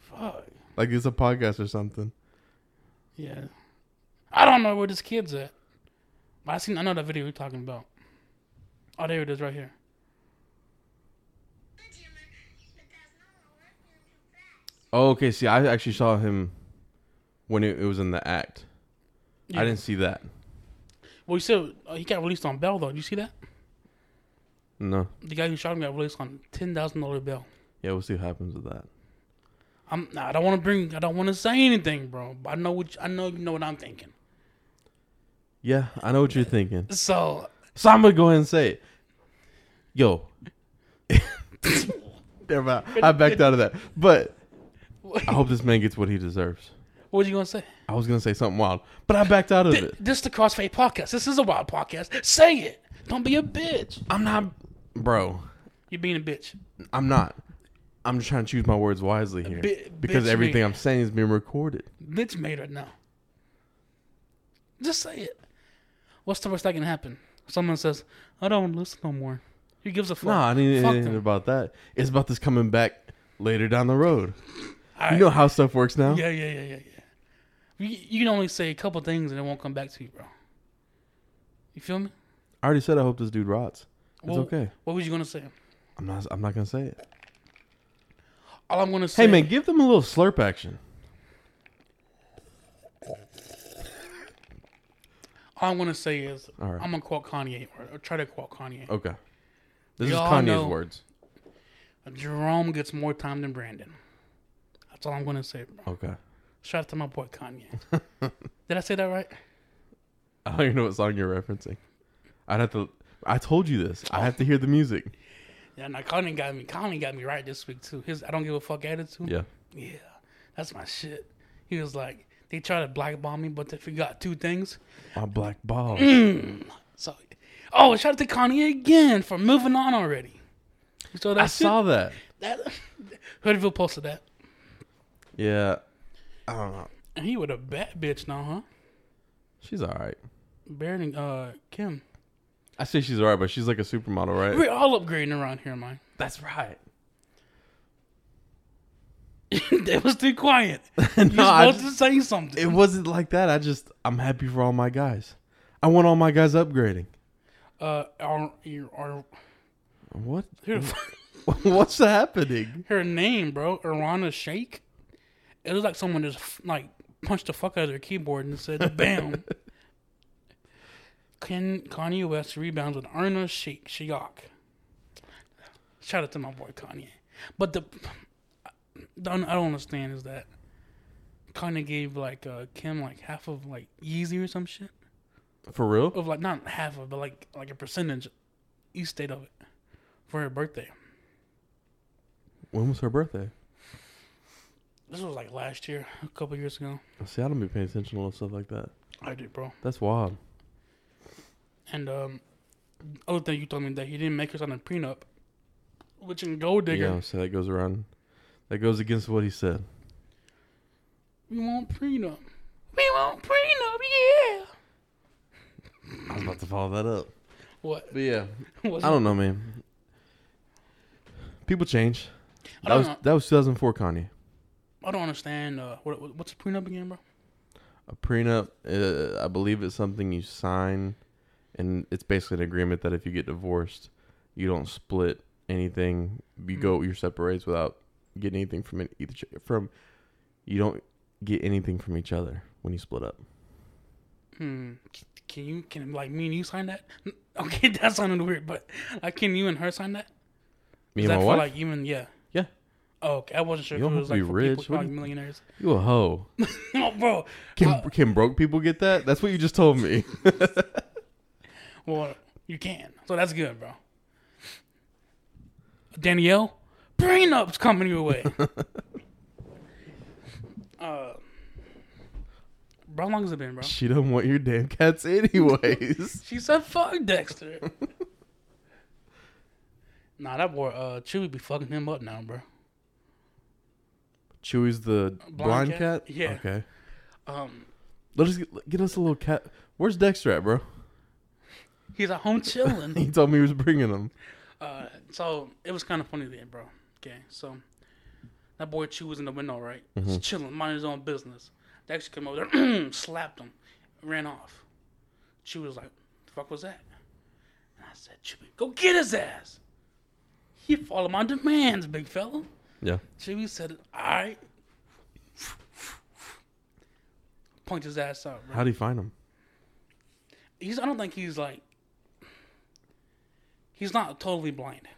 B: Fuck.
A: like it's a podcast or something.
B: Yeah. I don't know where this kid's at. But I seen I know that video you're talking about. Oh, there it is right here.
A: Oh, okay. See, I actually saw him when it, it was in the act.
B: Yeah.
A: I didn't see that.
B: Well, you said uh, he got released on bail, though. Did you see that?
A: No.
B: The guy who shot him got released on $10,000 bail.
A: Yeah, we'll see what happens with that.
B: I'm, nah, I don't want to bring, I don't want to say anything, bro. But I know what, you- I know you know what I'm thinking.
A: Yeah, I know what you're thinking.
B: So,
A: So I'm gonna go ahead and say it. Yo. Never mind. I backed out of that. But I hope this man gets what he deserves.
B: what are you going to say?
A: I was gonna say something wild, but I backed out of
B: Th-
A: it.
B: this is the Crossfade podcast. This is a wild podcast. Say it. Don't be a bitch.
A: I'm not, bro.
B: You're being a bitch.
A: I'm not. I'm just trying to choose my words wisely here
B: bi-
A: because
B: bitch
A: everything
B: me.
A: I'm saying is being recorded.
B: Bitch made right now. Just say it. What's the worst that can happen? Someone says, I don't want to listen no more. Who gives a fuck?
A: No, I mean, eh,
B: fuck
A: it ain't
B: them.
A: about that. It's about this coming back later down the road.
B: All
A: You
B: right.
A: know how stuff works now.
B: Yeah, yeah, yeah, yeah, yeah. You, you can only say a couple things and it won't come back to you, bro. You feel me?
A: I already said I hope this dude rots. It's
B: Well-
A: okay.
B: What was you going to say?
A: I'm not. I'm not gonna say it.
B: All I'm going to say.
A: Hey man, give them a little slurp action.
B: All I'm going to say is,
A: All right.
B: I'm going to quote Kanye or, or try to quote Kanye.
A: Okay. This
B: We
A: is
B: all
A: Kanye's
B: know-
A: words.
B: Jerome gets more time than Brandon. That's all I'm going to say, bro.
A: Okay.
B: Shout out to my boy Kanye. Did I say that right?
A: I don't even know what song you're referencing. I'd have to. I told you this. I have to hear the music.
B: Yeah, now Conan got me. Conan got me right this week too. His I don't give a fuck attitude.
A: Yeah.
B: Yeah, that's my shit. He was like, they tried to blackball me, but they forgot two things.
A: My black balls.
B: Mm, So, oh, shout out to Kanye again for moving on already. So that
A: I saw that.
B: that. Hoodville posted that,
A: Yeah. I don't know.
B: and he with a bad bitch now, huh?
A: She's all right.
B: Barrett and uh, Kim.
A: I say she's all right, but she's like a supermodel, right?
B: We're all upgrading around here, man.
A: That's right.
B: that was too quiet. You're
A: I
B: supposed to say something.
A: It wasn't like that. I just I'm happy for all my guys. I want all my guys upgrading.
B: uh, our, your, our,
A: What?
B: who the fuck?
A: What's happening?
B: her name, bro, Irana Shake. It looked like someone just like punched the fuck out of their keyboard and said, "Bam." Can Kanye West rebounds with Irna Shake Shiok. Shout out to my boy Kanye. But the, the I don't understand is that Kanye gave like uh, Kim like half of like Yeezy or some shit
A: For real?
B: of like not half of but like like a percentage each state of it for her birthday.
A: When was her birthday?
B: This was like last year, a couple years ago.
A: See, I don't be paying attention to little stuff like that.
B: I did, bro.
A: That's wild.
B: And um, other thing you told me that he didn't make us on a prenup, which in Gold Digger,
A: Yeah. So that goes around. That goes against what he said.
B: we want prenup. We want prenup, yeah.
A: I was about to follow that up.
B: What?
A: But yeah,
B: What's
A: I don't know, man. People change.
B: I
A: That
B: don't
A: was
B: know.
A: that was 2004 Kanye.
B: I don't understand. Uh, what, what- what's a prenup again, bro?
A: A prenup, uh, I believe it's something you sign, and it's basically an agreement that if you get divorced, you don't split anything. You
B: Mm-hmm.
A: go your separate ways without getting anything from it- either ch- from. You don't get anything from each other when you split up.
B: Hmm. C- Can you can like me and you sign that? Okay, that sounded weird, but like, can you and her sign that?
A: Me
B: Is
A: and
B: that
A: my
B: for
A: wife,
B: like even yeah?
A: Yeah.
B: Oh, okay. I wasn't sure
A: You
B: if it
A: don't
B: was
A: have
B: like
A: to
B: for
A: be rich.
B: people
A: What
B: like
A: do you-
B: millionaires.
A: you a hoe.
B: no, bro.
A: Can
B: Uh,
A: can broke people get that? That's what you just told me.
B: Well, you can. So that's good, bro. Danielle, prenups coming your way. uh, Bro, how long has it been, bro?
A: She don't want your damn cats anyways.
B: She said, "Fuck Dexter." nah, that boy uh, Chewy be fucking him up now, bro.
A: Chewie's the blind, cat?
B: cat? Yeah.
A: Okay.
B: Um,
A: Let's get, get us a little cat. Where's Dexter at, bro?
B: he's at home chilling.
A: He told me he was bringing him.
B: Uh, so it was kind of funny then, bro. Okay, so that boy Chew was in the window, right? Just chilling, minding his own business. They actually came over there, slapped him, ran off. Chew was like, "The fuck was that?" And I said, "Chewy, go get his ass. He follow my demands, big fella."
A: Yeah.
B: Chewy said, "All right." Point his ass out, bro.
A: How do you find him?
B: He's. I don't think he's like. He's not totally blind,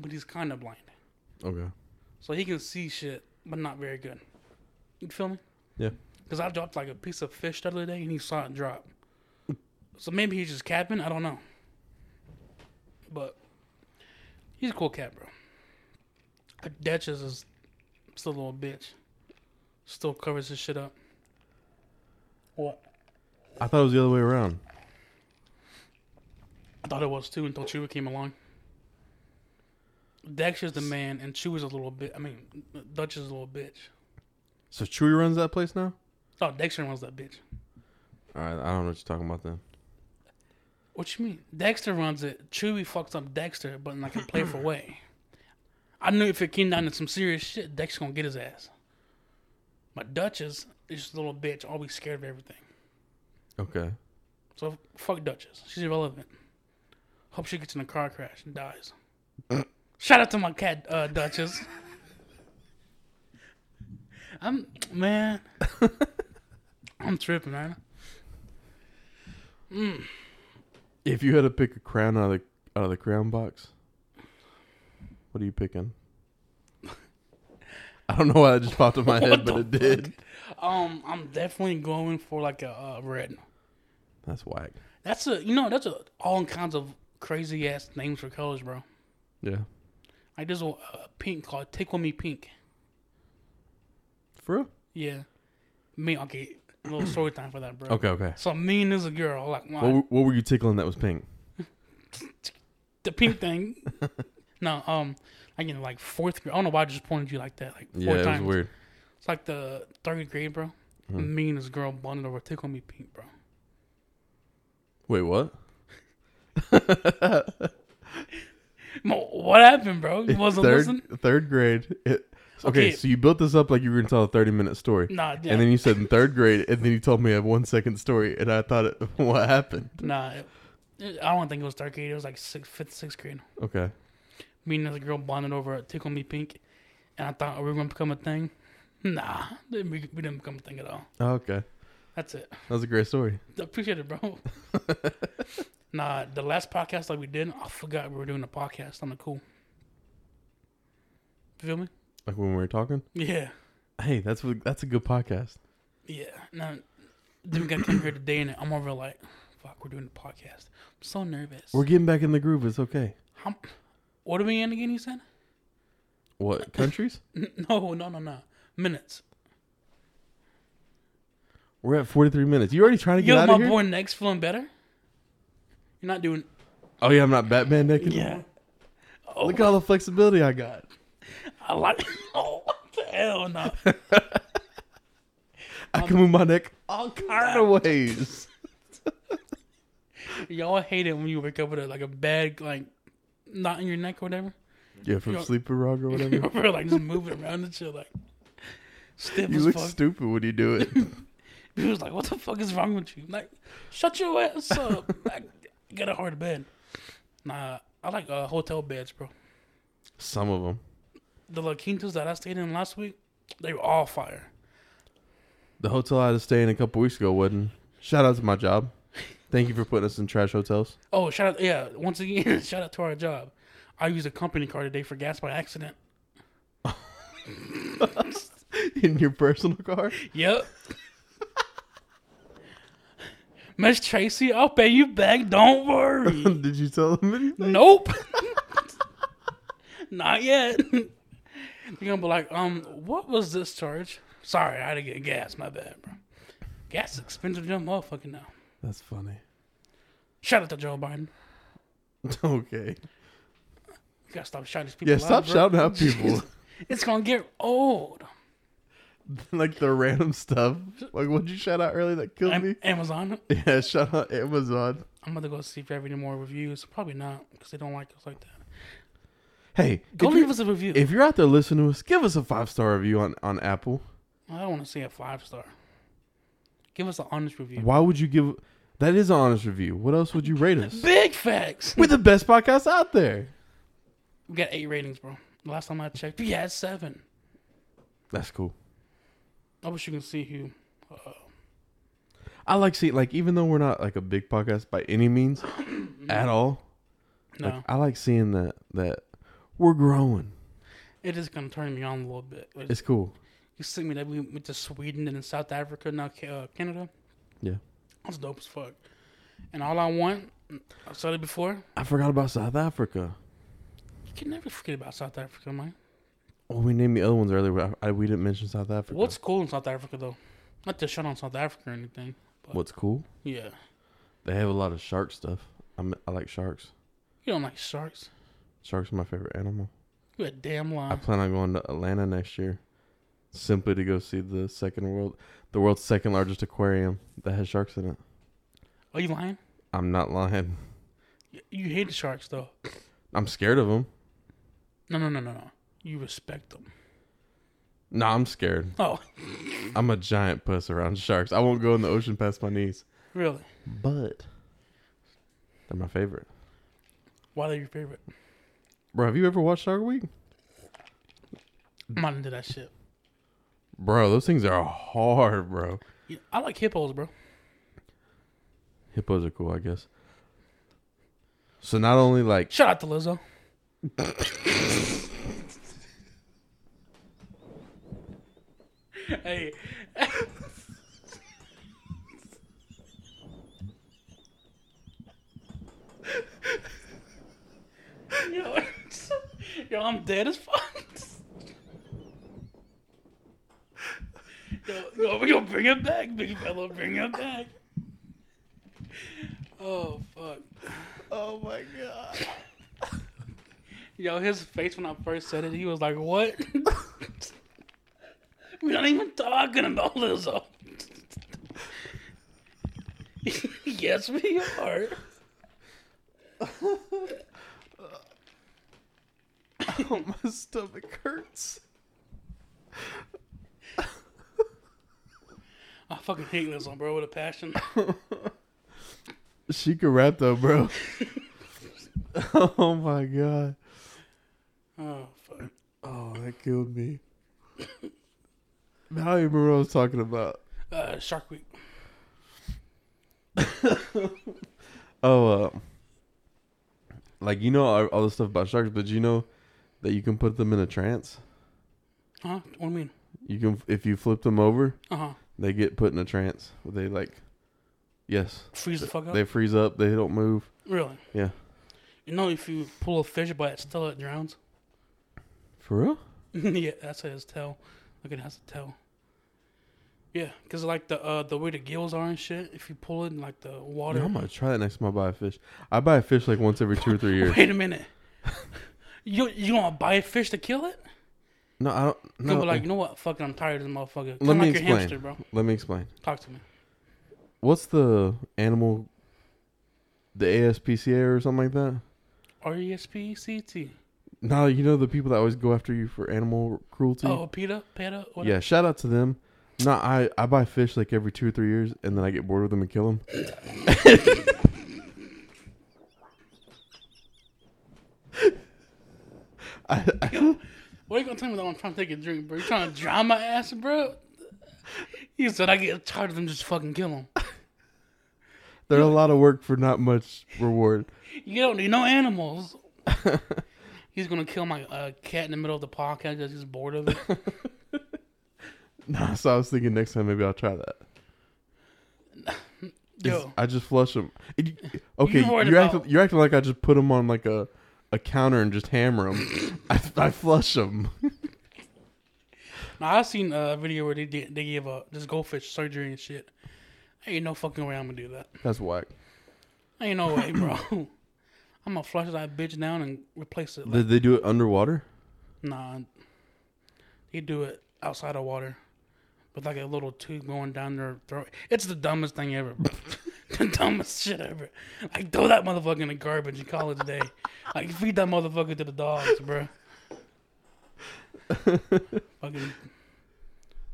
B: but he's kind of blind.
A: Okay.
B: So he can see shit, but not very good. You feel me?
A: Yeah.
B: Because I dropped like a piece of fish the other day and he saw it drop. So maybe he's just capping. I don't know. But he's a cool cat, bro. Her Duchess is still a little bitch. Still covers his shit up. What?
A: I thought it was the other way around.
B: I thought it was too until Chewy came along. Dex is the man, and Chewy's a little bit. I mean, Dutch is a little bitch.
A: So Chewie runs that place now?
B: Oh, Dexter runs that bitch.
A: All right. I don't know what you're talking about then.
B: What you mean? Dexter runs it. Chewie fucks up Dexter, but in like a playful way. I knew if it came down to some serious shit, Dexter gonna get his ass. But Duchess is just a little bitch, always scared of everything.
A: Okay.
B: So fuck Duchess. She's irrelevant. Hope she gets in a car crash and dies. Shout out to my cat, uh, Duchess. I'm man. I'm tripping, man.
A: If you had to pick a crown out of the, out of the crown box, what are you picking? I don't know why that just popped in my head,
B: What
A: but
B: the
A: it did.
B: Um, I'm definitely going for like a uh, red.
A: That's whack.
B: That's a you know that's a all kinds of crazy ass names for colors, bro.
A: Yeah.
B: Like there's a, a pink called Tickle Me Pink.
A: For real?
B: Yeah, me okay. A little story time for that, bro.
A: Okay, okay.
B: So me and this girl like
A: What,
B: wow,
A: were- what were you tickling that was pink?
B: the pink thing. no, um, like in like fourth grade. I don't know why I just pointed you like that. Like four
A: Yeah, it was
B: times.
A: weird. Hmm.
B: It's like the third grade, bro. Me and this girl bonded over Tickle Me Pink, bro.
A: Wait, what?
B: Mo, what happened, bro? You wasn't
A: third,
B: listening?
A: Third grade. It, okay,
B: Okay.
A: so you built this up like you were gonna tell a thirty-minute story,
B: Nah, yeah.
A: and then you said in third grade, and then you told me a one-second story, and I thought, it, what happened?
B: nah. It, it- I don't think it was third grade. It was like sixth, fifth, sixth grade.
A: Okay,
B: me and this girl bonded over at Tickle Me Pink, and I thought, are we gonna become a thing? Nah, we, we didn't become a thing at all.
A: oh, okay,
B: That's it.
A: that was a great story.
B: Appreciate it, bro. nah, the last podcast that we did, I forgot we were doing a podcast. I'm like, cool. You feel me?
A: Like when we were talking.
B: Yeah,
A: Hey, that's what, that's a good podcast.
B: yeah. Now, then we got came here today, and I'm over like, fuck, we're doing a podcast. I'm so nervous.
A: We're getting back in the groove. It's okay.
B: How, what are we in again? You said?
A: What countries?
B: No, no, no, no. Minutes.
A: We're at forty-three minutes. You already trying to get
B: Yo,
A: out of
B: my
A: here?
B: boy, next feeling better. You're not doing
A: Oh yeah, I'm not Batman naked.
B: Yeah. Oh,
A: Look at all the flexibility I got.
B: I like. Oh, what the hell no.
A: I can move my neck all kind of ways.
B: Y'all hate it when you wake up with a, like a bad like knot in your neck or whatever.
A: Yeah, from
B: Yo.
A: sleeper rock or whatever.
B: You're over, like just moving around and shit like stiff
A: You
B: as
A: look
B: fuck.
A: stupid when you do it.
B: He was like, "What the fuck is wrong with you?" I'm Like, shut your ass up. like, get a hard bed. Nah, I like uh, hotel beds, bro.
A: Some of them.
B: The La Quintas that I stayed in last week, they were all fire.
A: The hotel I had to stay in a couple weeks ago wasn't. Shout out to my job. Thank you for putting us in trash hotels.
B: Oh, shout out! Yeah, once again, shout out to our job. I used a company car today for gas by accident.
A: In your personal car?
B: Yep. Miss Tracy, I'll pay you back. Don't worry.
A: Did you tell them anything?
B: nope. Not yet. You're gonna be like, um, what was this charge? Sorry, I had to get gas. My bad, bro. Gas is expensive than a motherfucker now.
A: That's funny.
B: Shout out to Joe Biden.
A: okay.
B: You gotta stop shouting these people
A: Yeah,
B: out.
A: stop
B: bro.
A: shouting out people.
B: It's gonna get old.
A: like the random stuff. Like what'd you shout out earlier that killed me?
B: Am- Amazon.
A: Yeah, shout out Amazon.
B: I'm gonna go see if I have any more reviews. Probably not because they don't like us like that.
A: Hey,
B: Go
A: if
B: leave
A: you're-
B: us a review.
A: If you're out there listening to us, give us a five star review on, on Apple.
B: I don't want to see a five star. Give us an honest review.
A: Why would you give? That is an honest review. What else would you rate us?
B: Big facts.
A: We're the best podcast out there.
B: We got eight ratings, bro. Last time I checked, we had seven.
A: That's cool.
B: I wish you can see who. Uh,
A: I like see like even though we're not like a big podcast by any means at all.
B: no,
A: Like I like seeing that that we're growing.
B: it is gonna turn me on a little bit. Like,
A: It's cool.
B: you sent me that we went to Sweden and South Africa, now Ca- uh, Canada.
A: Yeah.
B: That's dope as fuck. And all I want, I've said it before.
A: I forgot about South Africa.
B: You can never forget about South Africa, man.
A: Oh, we named the other ones earlier. But I, I, we didn't mention South Africa.
B: What's cool in South Africa though? Not to shut on South Africa or anything.
A: what's cool?
B: Yeah.
A: They have a lot of shark stuff. I'm, I like sharks.
B: You don't like sharks.
A: Sharks are my favorite animal.
B: You a damn
A: I
B: lie.
A: plan on going to Atlanta next year, simply to go see the second world, the world's second largest aquarium that has sharks in it.
B: Are you lying?
A: I'm not lying.
B: You- You hate the sharks though.
A: I'm scared of them.
B: No, no, no, no, no. You respect them.
A: No, I'm scared.
B: Oh,
A: I'm a giant puss around sharks. I won't go in the ocean past my knees.
B: really?
A: But they're my favorite.
B: Why are they your favorite?
A: Bro, have you ever watched Shark Week?
B: I'm not into that shit.
A: Bro, those things are hard, bro.
B: Yeah, I like hippos, bro.
A: Hippos are cool, I guess. So not only like
B: Shout out to Lizzo. hey, yo, yo, I'm dead as fuck. Yo, yo, yo, bring it back, big fella, bring it back. Oh fuck.
A: Oh my god.
B: Yo, his face when I first said it, he was like, "What? we not even talking about Lizzo." yes, we are.
A: Oh my stomach hurts.
B: I fucking hate Lizzo, bro, with a passion.
A: She could rap though, bro. oh my god.
B: Oh fuck.
A: Oh, that killed me. Now I even remember what I was talking about.
B: Uh, Shark Week.
A: Oh, uh, like you know all, all the stuff about sharks, but you know that you can put them in a trance.
B: Huh? What do you mean?
A: You can if you flip them over,
B: Uh huh.
A: they get put in a trance. They like, yes,
B: Freeze the fuck up.
A: they freeze up. They don't move.
B: Really?
A: Yeah,
B: You know, if you pull a fish, but it still it drowns.
A: for real.
B: yeah, that's his tail. Look, it has a tail. Yeah, cause like the uh the way the gills are and shit. If you pull it, in, like the water.
A: Yeah, I'm gonna try that next time I buy a fish. I buy a fish like once every two or three years.
B: Wait a minute. you you gonna buy a fish to kill it?
A: No, I don't.
B: No,
A: No,
B: but like you know what? Fucking, I'm tired of this motherfucker. Kinda
A: let me
B: like
A: explain.
B: your hamster, bro.
A: Let me explain.
B: Talk to me.
A: What's the animal? The ASPCA or something like that.
B: R E S P C T.
A: No, you know the people that always go after you for animal cruelty.
B: Oh, PETA, PETA. Whatever.
A: Yeah, shout out to them. No, I, I buy fish like every two or three years, and then I get bored with them and kill them. I, I,
B: What are you gonna tell me though? I'm trying to take a drink, bro. You trying to drown my ass, bro? You said I get tired of them just fucking kill them.
A: they're a lot of work for not much reward.
B: You don't need no animals. He's gonna kill my uh, cat in the middle of the podcast because he's bored of it.
A: Nah, so I was thinking next time maybe I'll try that. It's-
B: Yo,
A: I just flush them. okay,
B: You're
A: you're,
B: worried
A: acting,
B: about-
A: you're acting like I just put them on like a, a counter and just hammer them. I, I flush them.
B: now, I've seen a video where they did, they give a this goldfish surgery and shit, Ain't no fucking way I'm gonna do that.
A: That's whack.
B: Ain't no way, bro. I'm gonna flush that bitch down and replace it. Like,
A: Did they do it underwater?
B: nah, you do it outside of water with like a little tube going down their throat. It's the dumbest thing ever. bro. the dumbest shit ever. Like throw that motherfucker in the garbage and call it a day. like feed that motherfucker to the dogs, bro. Fucking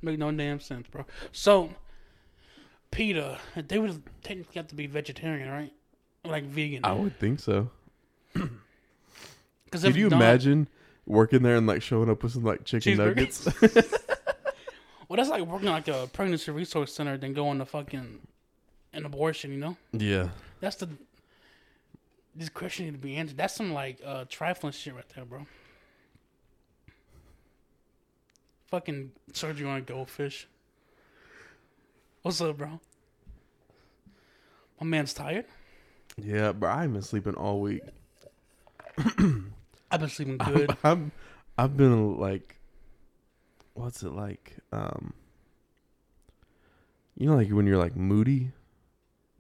B: make no damn sense, bro. So, PETA, they would technically have to be vegetarian, right? Like vegan.
A: I would think so.
B: Because
A: Could you imagine working there and like showing up with some like chicken
B: Cheeseburger.
A: nuggets?
B: Well, that's like working like a pregnancy resource center than going to fucking an abortion. You know,
A: yeah.
B: that's the this question need to be answered. That's some like uh, trifling shit right there, bro. Fucking surgery on a goldfish. What's up, bro? My man's tired.
A: Yeah, bro. I've been sleeping all week.
B: I've been sleeping good.
A: I'm I've been like what's it like? Um You know like when you're like moody?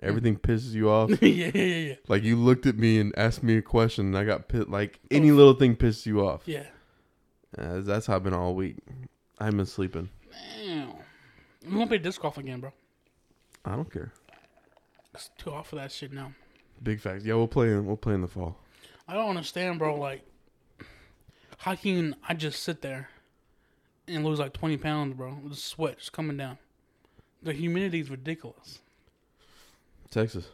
A: Everything pisses you off.
B: yeah, yeah, yeah, yeah.
A: Like you looked at me and asked me a question and I got pit like any little thing pisses you off.
B: Yeah.
A: Uh, that's how I've been all week. I've been sleeping.
B: Damn. I'm gonna play disc golf again, bro.
A: I don't care.
B: It's too off for that shit now.
A: Big facts. Yeah, we'll play in we'll play in the fall.
B: I don't understand, bro. Like, how can I just sit there and lose like 20 pounds, bro? The sweat just coming down. The humidity is ridiculous.
A: Texas.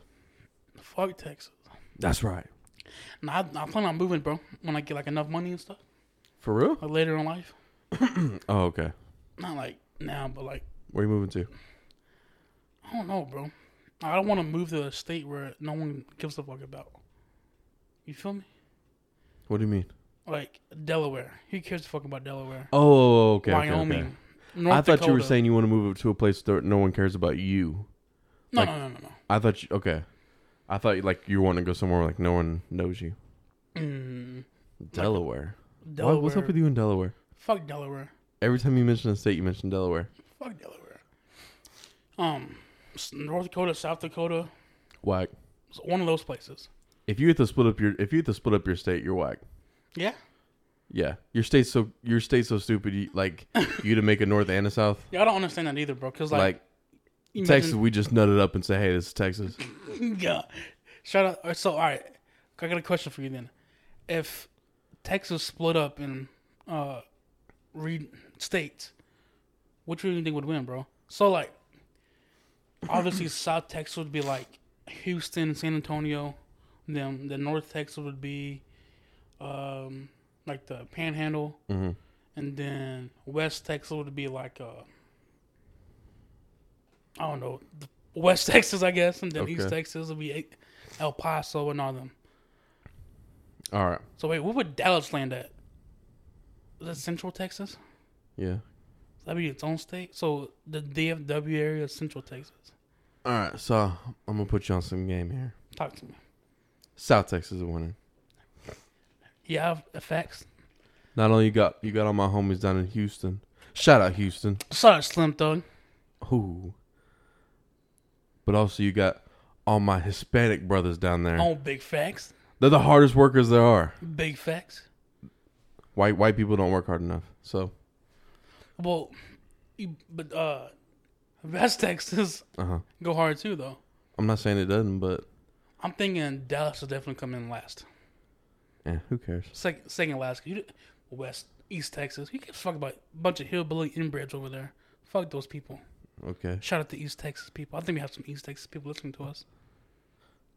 B: Fuck Texas.
A: That's right.
B: And I, I plan on moving, bro, when I get like enough money and stuff,
A: For real?
B: like later in life.
A: Oh, okay.
B: Not like now, but like,
A: Where you moving to?
B: I don't know, bro. I don't want to move to a state where no one gives a fuck about. You feel me?
A: What do you mean?
B: Like, Delaware. Who cares the fuck about Delaware?
A: Oh, okay. okay, okay.
B: Wyoming.
A: I thought you were
B: Dakota.
A: saying you want to move to a place that no one cares about you.
B: No,
A: like-
B: no, no, no, no.
A: I thought you, okay. I thought like you want to go somewhere like no one knows you.
B: Mm,
A: Delaware. Why,
B: Delaware.
A: what's up with you in Delaware?
B: Fuck Delaware.
A: Every time you mention a state, you mention Delaware.
B: Fuck Delaware. Um, s- North Dakota, South Dakota,
A: Whack.
B: it's one of those places.
A: If you had to split up your if you had to split up your state, you're whack.
B: Yeah,
A: Yeah, your state's so your state's so stupid. You, like you to make a north and a south.
B: yeah, I don't understand that either, bro. Cause like,
A: Like,
B: you
A: Texas, we just nutted up and say, hey, this is Texas.
B: mentioned- yeah. Shout out. uh, So all right, I got a question for you then. If Texas split up and uh, re states, which one do you think would win, bro? So like, obviously South Texas would be like Houston, San Antonio. Them the North Texas would be, um, like the Panhandle.
A: hmm
B: And then West Texas would be like uh I don't know, th- West Texas, I guess, and then East
A: Okay.
B: Texas would be eh, El Paso and all them.
A: All right.
B: So wait, what would Dallas land at? Is that Central Texas?
A: Yeah.
B: That'd be its own state. So the DFW area is Central Texas.
A: All right. So I'm gonna put you on some game here.
B: Talk to me.
A: South Texas is winning.
B: Yeah, I have effects.
A: Not only you got you got all my homies down in Houston. Shout out Houston.
B: Sorry, Slim Thug.
A: Ooh. But also you got all my Hispanic brothers down there.
B: Oh, big facts.
A: They're the hardest workers there are.
B: Big facts.
A: White white people don't work hard enough. So
B: Well, you, but uh, West Texas
A: uh huh.
B: go hard too, though.
A: I'm not saying it doesn't, but
B: I'm thinking Dallas will definitely come in last.
A: eh, who cares?
B: Second, second last. You, West, East Texas. You can fuck about a bunch of hillbilly inbreds over there. Fuck those people.
A: Okay.
B: Shout out to East Texas people. I think we have some East Texas people listening to us.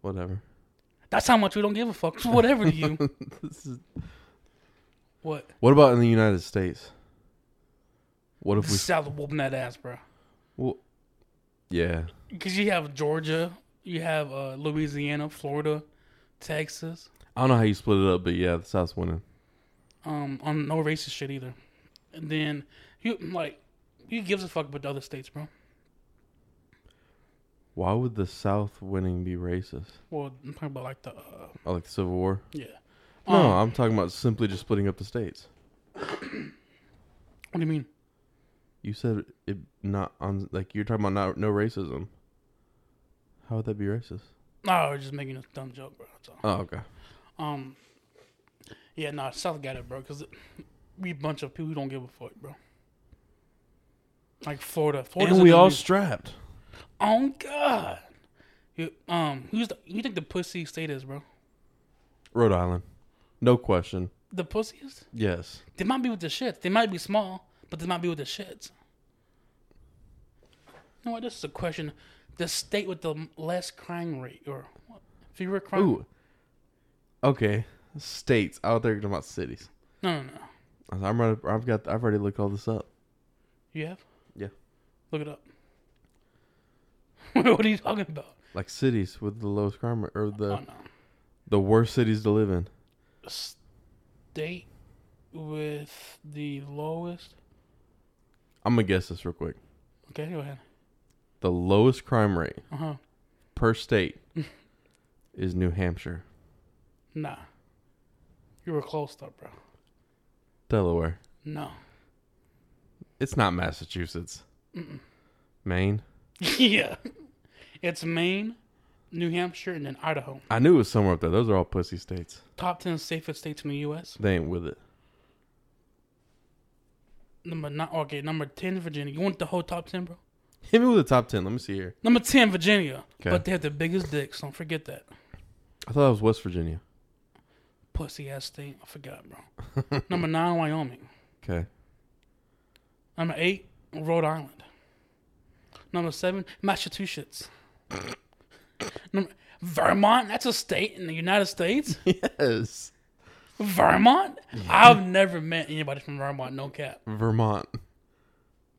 A: Whatever.
B: That's how much we don't give a fuck. So whatever to you.
A: This is-
B: What?
A: what about in the United States? What if we
B: South will whooping that ass, bro.
A: well, Yeah.
B: Because you have Georgia, you have uh, Louisiana, Florida, Texas.
A: I don't know how you split it up, but yeah, the South's winning.
B: Um, on no racist shit either. And then you like, who gives a fuck about the other states, bro?
A: Why would the South winning be racist?
B: Well, I'm talking about like the uh,
A: Oh, like the Civil War?
B: yeah.
A: No,
B: Um,
A: I'm talking about simply just splitting up the states.
B: What do you mean?
A: You said it not on like you're talking about not no racism. How would that be racist?
B: No, we're just making a dumb joke, bro. That's all.
A: Oh, okay.
B: Um, yeah, no, South got it, bro. Cause we a bunch of people who don't give a fuck, bro. Like Florida, Florida,
A: and we all strapped.
B: Oh God. You, um, who's the? You think the pussy state is, bro?
A: Rhode Island, no question.
B: The pussiest?
A: Yes.
B: They might be with the shits. They might be small, but they might be with the shits. You know what? This is a question. The state with the less crime rate, or what? if you were crime,
A: Ooh. Okay. States out there talking about cities.
B: no, no, no.
A: I'm ready, I've got. I've already looked all this up.
B: You have?
A: Yeah.
B: Look it up. what are you talking about?
A: Like cities with the lowest crime rate, or the
B: oh no.
A: the worst cities to live in.
B: State with the lowest.
A: I'm gonna guess this real quick.
B: Okay, go ahead.
A: The lowest crime rate
B: Uh huh.
A: per state is New Hampshire,
B: Nah. You were close though, bro.
A: Delaware.
B: No.
A: It's not Massachusetts. Maine.
B: yeah. It's Maine, New Hampshire, and then Idaho.
A: I knew it was somewhere up there. Those are all pussy states.
B: Top 10 safest states in the U.S.
A: They ain't with it.
B: Number nine. Okay, number 10, Virginia. You want the whole top 10, bro?
A: Hit me with the top ten. Let me see here.
B: Number 10, Virginia.
A: Okay.
B: But they have the biggest dicks. Don't forget that.
A: I thought that was West Virginia.
B: Pussy ass state. I forgot, bro. number nine, Wyoming.
A: Okay.
B: Number eight, Rhode Island. Number seven, Massachusetts. Number, Vermont, that's a state in the United States.
A: Yes.
B: Vermont? I've never met anybody from Vermont, no cap.
A: Vermont.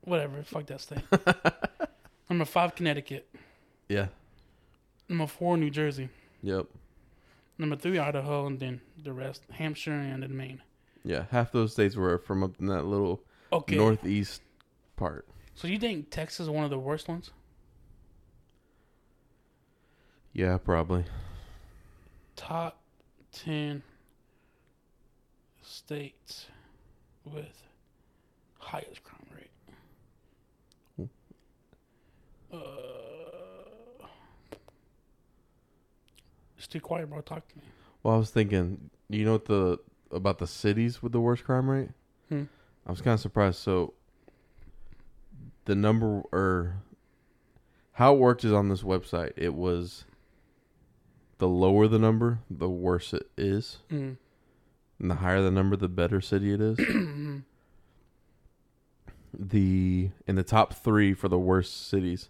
B: Whatever, fuck that state. Number five, Connecticut.
A: Yeah.
B: Number four, New Jersey.
A: Yep.
B: Number three, Idaho, and then the rest, Hampshire and then Maine.
A: Yeah. Half those states were from up in that little
B: Okay.
A: northeast part.
B: So you think Texas is one of the worst ones?
A: Yeah, probably.
B: top 10 states with highest crime rate. Hmm. Uh, it's too quiet, bro. Talk to me.
A: Well, I was thinking, you know what the about the cities with the worst crime rate?
B: Hmm.
A: I was kind of surprised. So the number or how it worked is on this website. It was the lower the number, the worse it is,
B: Mm.
A: and the higher the number, the better city it is. the in the top 3 for the worst cities.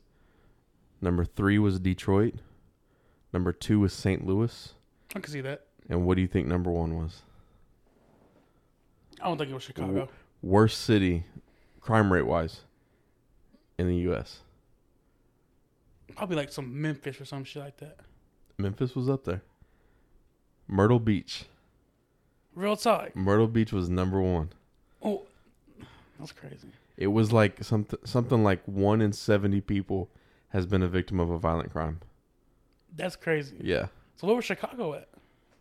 A: Number 3 was Detroit. Number 2 was St. Louis.
B: I can see that.
A: And what do you think number 1 was?
B: I don't think it was Chicago.
A: worst city crime rate wise in the US.
B: Probably like some Memphis or some shit like that.
A: Memphis was up there. Myrtle Beach.
B: Real talk.
A: Myrtle Beach was number 1.
B: Oh, that's crazy.
A: It was like something something like 1 in 70 people has been a victim of a violent crime.
B: That's crazy.
A: Yeah.
B: So what was Chicago at?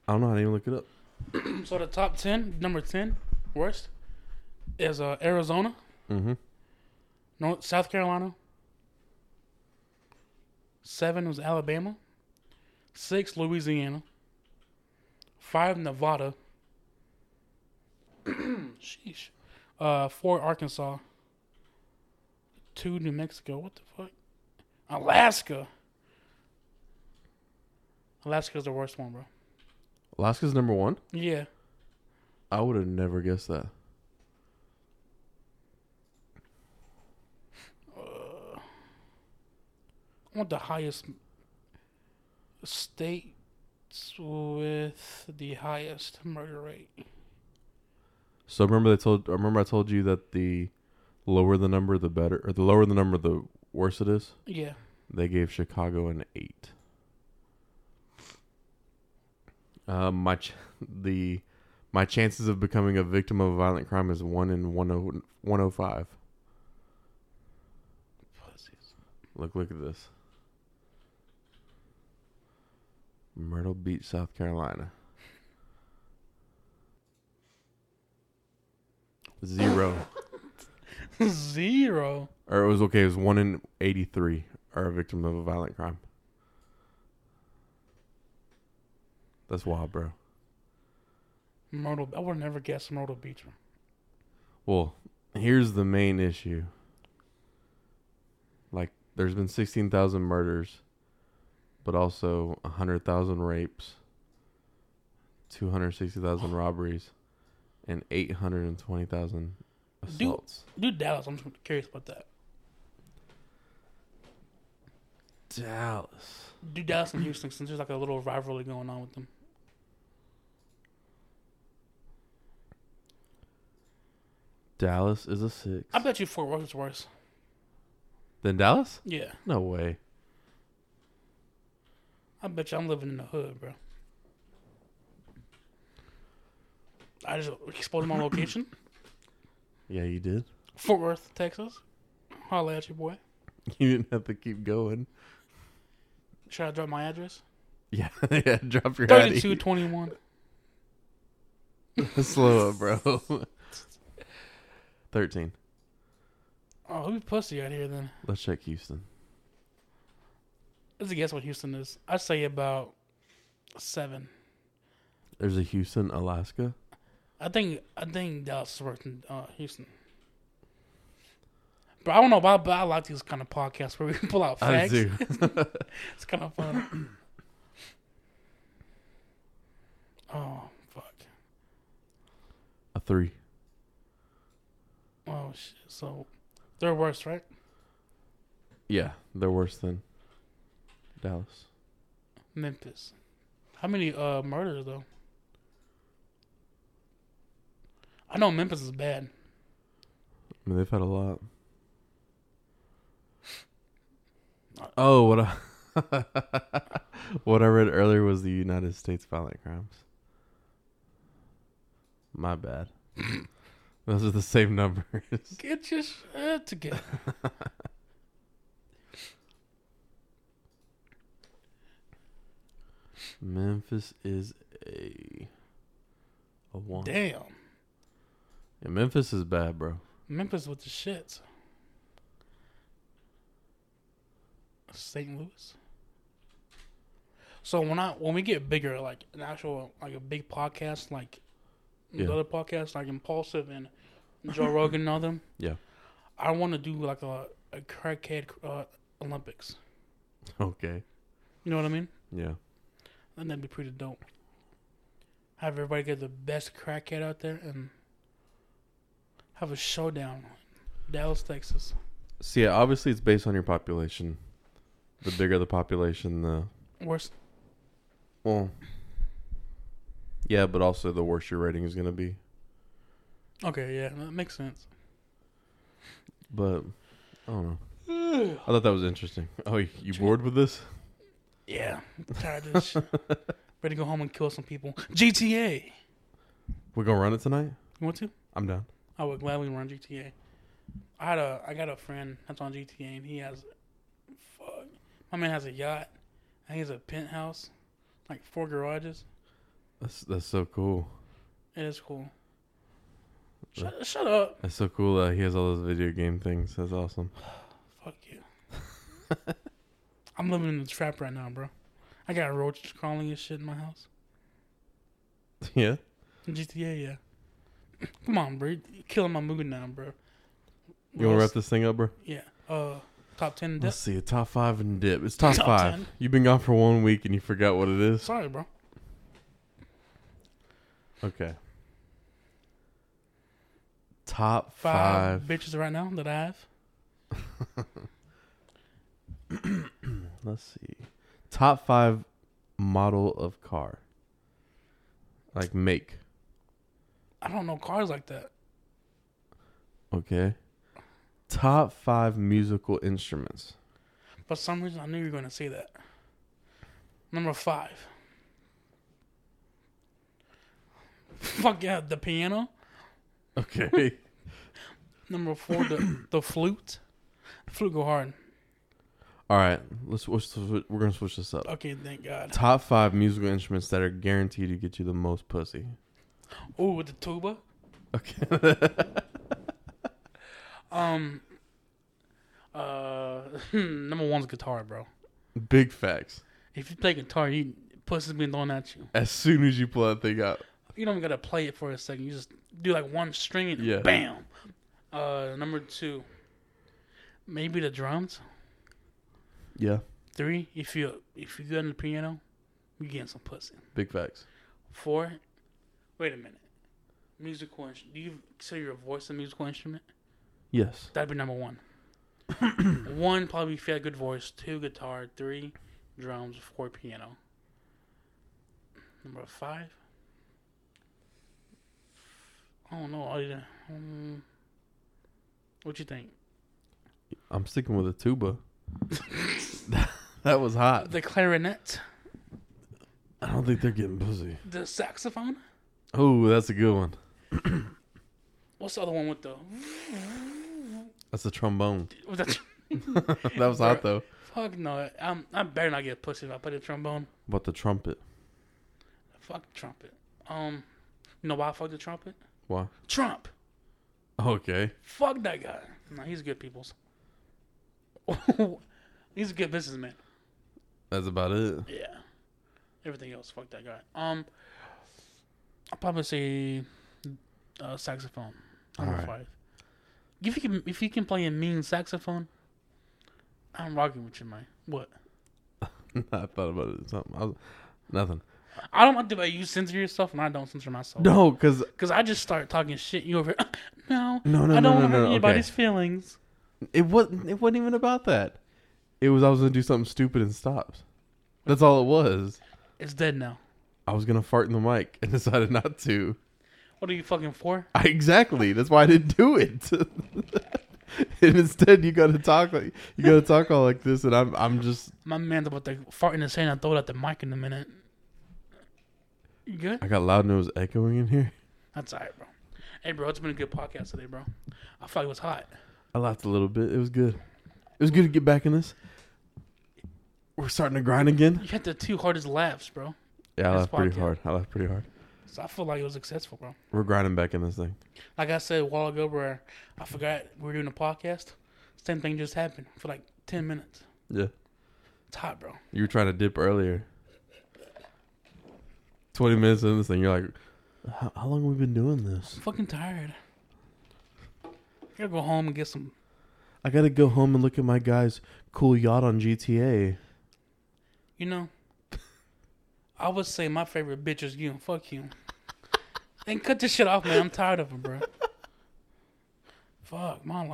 A: I don't know, I didn't even look it up.
B: So the top 10, number 10, worst, is uh, Arizona.
A: Mhm.
B: North South Carolina. Seven was Alabama. Six Louisiana. Five Nevada. Sheesh. Uh, four Arkansas. Two New Mexico. What the fuck? Alaska. Alaska's the worst one, bro.
A: Alaska's number 1?
B: Yeah.
A: I would have never guessed that.
B: I want the highest states with the highest murder rate.
A: So remember they told remember I told you that the lower the number the better or the lower the number the worse it is?
B: Yeah.
A: They gave Chicago an eight. Uh, my ch- the my chances of becoming a victim of a violent crime is one oh, in 10 105.
B: Pussies.
A: Look, look at this. Myrtle Beach, South Carolina. Zero.
B: Zero.
A: or it was okay. It was one in eighty three are a victim of a violent crime. That's wild, bro.
B: Myrtle. I would never guess Myrtle Beach.
A: Well, here's the main issue. Like, there's been 16,000 murders, but also 100,000 rapes, 260,000 robberies, and 820,000
B: Dude.
A: assaults.
B: Dude, Dallas. I'm just curious about that.
A: Dallas.
B: Dude, Dallas and Houston. Since there's like a little rivalry going on with them.
A: Dallas is a six.
B: I bet you Fort Worth is worse.
A: Then Dallas?
B: Yeah,
A: No way.
B: I bet you I'm living in the hood, bro. I just exploded my location.
A: Yeah, you did.
B: Fort Worth, Texas. Holla at you, boy.
A: You didn't have to keep going.
B: Should I drop my address?
A: Yeah, yeah. Drop your head.
B: Thirty-two twenty-one.
A: Slow up, bro. Thirteen.
B: Oh, who pussy out here then?
A: Let's check Houston.
B: Let's guess what Houston is. I'd say about seven.
A: There's a Houston, Alaska.
B: I think I think Dallas is worse than uh, Houston. But I don't know, but I, but I like these kind of podcasts where we can pull out facts.
A: I do.
B: It's kind of fun. oh fuck!
A: A three.
B: Oh shit! So they're worse, right?
A: Yeah, they're worse than Dallas.
B: Memphis. How many uh murders though? I know Memphis is bad.
A: I mean, they've had a lot. Oh, what I what I read earlier was the United States violent crimes. My bad. Those are the same numbers.
B: Get your shit together.
A: Memphis is a a one.
B: Damn,
A: Yeah, Memphis is bad, bro.
B: Memphis with the shits. St. Louis. So when I when we get bigger, like an actual like a big podcast, like
A: Yeah.
B: the other podcasts, like Impulsive and Joe Rogan and all them.
A: Yeah.
B: I want to do like a a crackhead uh, Olympics.
A: Okay.
B: You know what I mean?
A: Yeah.
B: And that'd be pretty dope. Have everybody get the best crackhead out there and have a showdown. Dallas, Texas.
A: So yeah, obviously it's based on your population. The bigger the population, the
B: Worst.
A: well, yeah, but also the worse your rating is gonna be.
B: Okay, yeah, that makes sense.
A: But I don't know. I thought that was interesting. Oh, you, you bored with this?
B: Yeah, I'm tired of this shit. Ready to go home and kill some people. GTA. You
A: We're gonna run it tonight.
B: want to?
A: I'm down.
B: I would gladly run GTA. I had a I got a friend that's on GTA and he has fuck. My man has a yacht. And he has a penthouse. Like four garages.
A: That's that's so cool.
B: It is cool. Shut, shut up.
A: That's so cool. Uh, he has all those video game things. That's awesome.
B: Fuck you. I'm living in the trap right now, bro. I got roach crawling and shit in my house.
A: yeah.
B: GTA, yeah. Come on, bro. You're killing my mood now, bro.
A: You wanna wrap this thing up, bro?
B: Yeah. Uh, top ten. Death.
A: Let's see a top five and dip. It's top,
B: Top
A: five.
B: 10.
A: You've been gone for one week and you forgot what it is.
B: Sorry, bro.
A: Okay. Top
B: Five,
A: five.
B: bitches right now that I have.
A: Let's see. Top five model of car. Like make.
B: I don't know cars like that.
A: Okay. Top five musical instruments.
B: For some reason, I knew you were going to say that. Number five. Fuck yeah, the piano.
A: Okay.
B: Number four, the the flute. Flute go hard.
A: All right. Let's, let's we're gonna switch this up.
B: Okay, thank God.
A: Top five musical instruments that are guaranteed to get you the most pussy.
B: Ooh, with the tuba.
A: Okay.
B: Um. Uh, number one's guitar, bro.
A: Big facts.
B: If you play guitar, you pussy's been thrown at you.
A: As soon as you pull that thing out,
B: You don't even gotta play it for a second. You just do like one string and
A: Yeah.
B: bam. Uh, number two, maybe the drums.
A: yeah,
B: Three, if you if you good on the piano, you getting some pussy.
A: big facts.
B: Four, wait a minute, musical instrument. Do you consider your voice a musical instrument?
A: Yes,
B: That'd be number one. one probably if you had a good voice. Two guitar. Three drums. Four piano. Number five. I don't know. I, um, what you think?
A: I'm sticking with the tuba. that was hot.
B: Uh, The clarinet,
A: I don't think they're getting pussy.
B: the saxophone.
A: Oh, that's a good one.
B: What's the other one with the?
A: That's a trombone.
B: With the
A: that was hot though.
B: fuck no! I'm I better not get pussy if I play the trombone.
A: But the trumpet.
B: Fuck trumpet. Um, you know why I fuck the trumpet?
A: Why?
B: Trump.
A: Okay.
B: Fuck that guy. No, he's good people's. he's a good businessman.
A: That's about it.
B: Yeah. Everything else, fuck that guy. Um, I'll probably say uh, saxophone. Number
A: Alright.
B: five. If you can, if you can play a mean saxophone, I'm rocking with you, man. What?
A: I thought about it. Something. I was, nothing.
B: I don't want to debate you censor yourself, and I don't censor myself.
A: No, because
B: Cause I just start talking shit. You over? here, no,
A: No, no,
B: I don't
A: no,
B: wanna
A: no,
B: hurt
A: no, okay.
B: anybody's feelings.
A: it wasn't. It wasn't even about that. It was I was gonna do something stupid and stopped. That's all it was.
B: It's dead now.
A: I was gonna fart in the mic and decided not to.
B: What are you fucking for?
A: I, exactly. That's why I didn't do it. and instead, you gotta talk like you gotta talk all like this, and I'm I'm just
B: My man's about to fart in his hand and throw it at the mic in a minute. You good?
A: I got loud and it was echoing in here.
B: That's all right, bro. Hey, bro, it's been a good podcast today, bro. I feel like it was hot.
A: I laughed a little bit. It was good. It was good to get back in this. We're starting to grind again.
B: You had the two hardest laughs, bro.
A: Yeah, I
B: This
A: laughed pretty
B: podcast.
A: hard. I laughed pretty hard.
B: So I feel like it was successful, bro.
A: We're grinding back in this thing.
B: Like I said a while ago, where I forgot we were doing a podcast. Same thing just happened for like 10 minutes.
A: Yeah.
B: It's hot, bro.
A: You were trying to dip earlier. Twenty minutes in this thing, you're like, "How, how long have we been doing this?"
B: I'm fucking tired. I gotta go home and get some.
A: I gotta go home and look at my guy's cool yacht on GTA.
B: You know, I would say my favorite bitch is you. Fuck you. and cut this shit off, man. I'm tired of it, bro. Fuck, my life.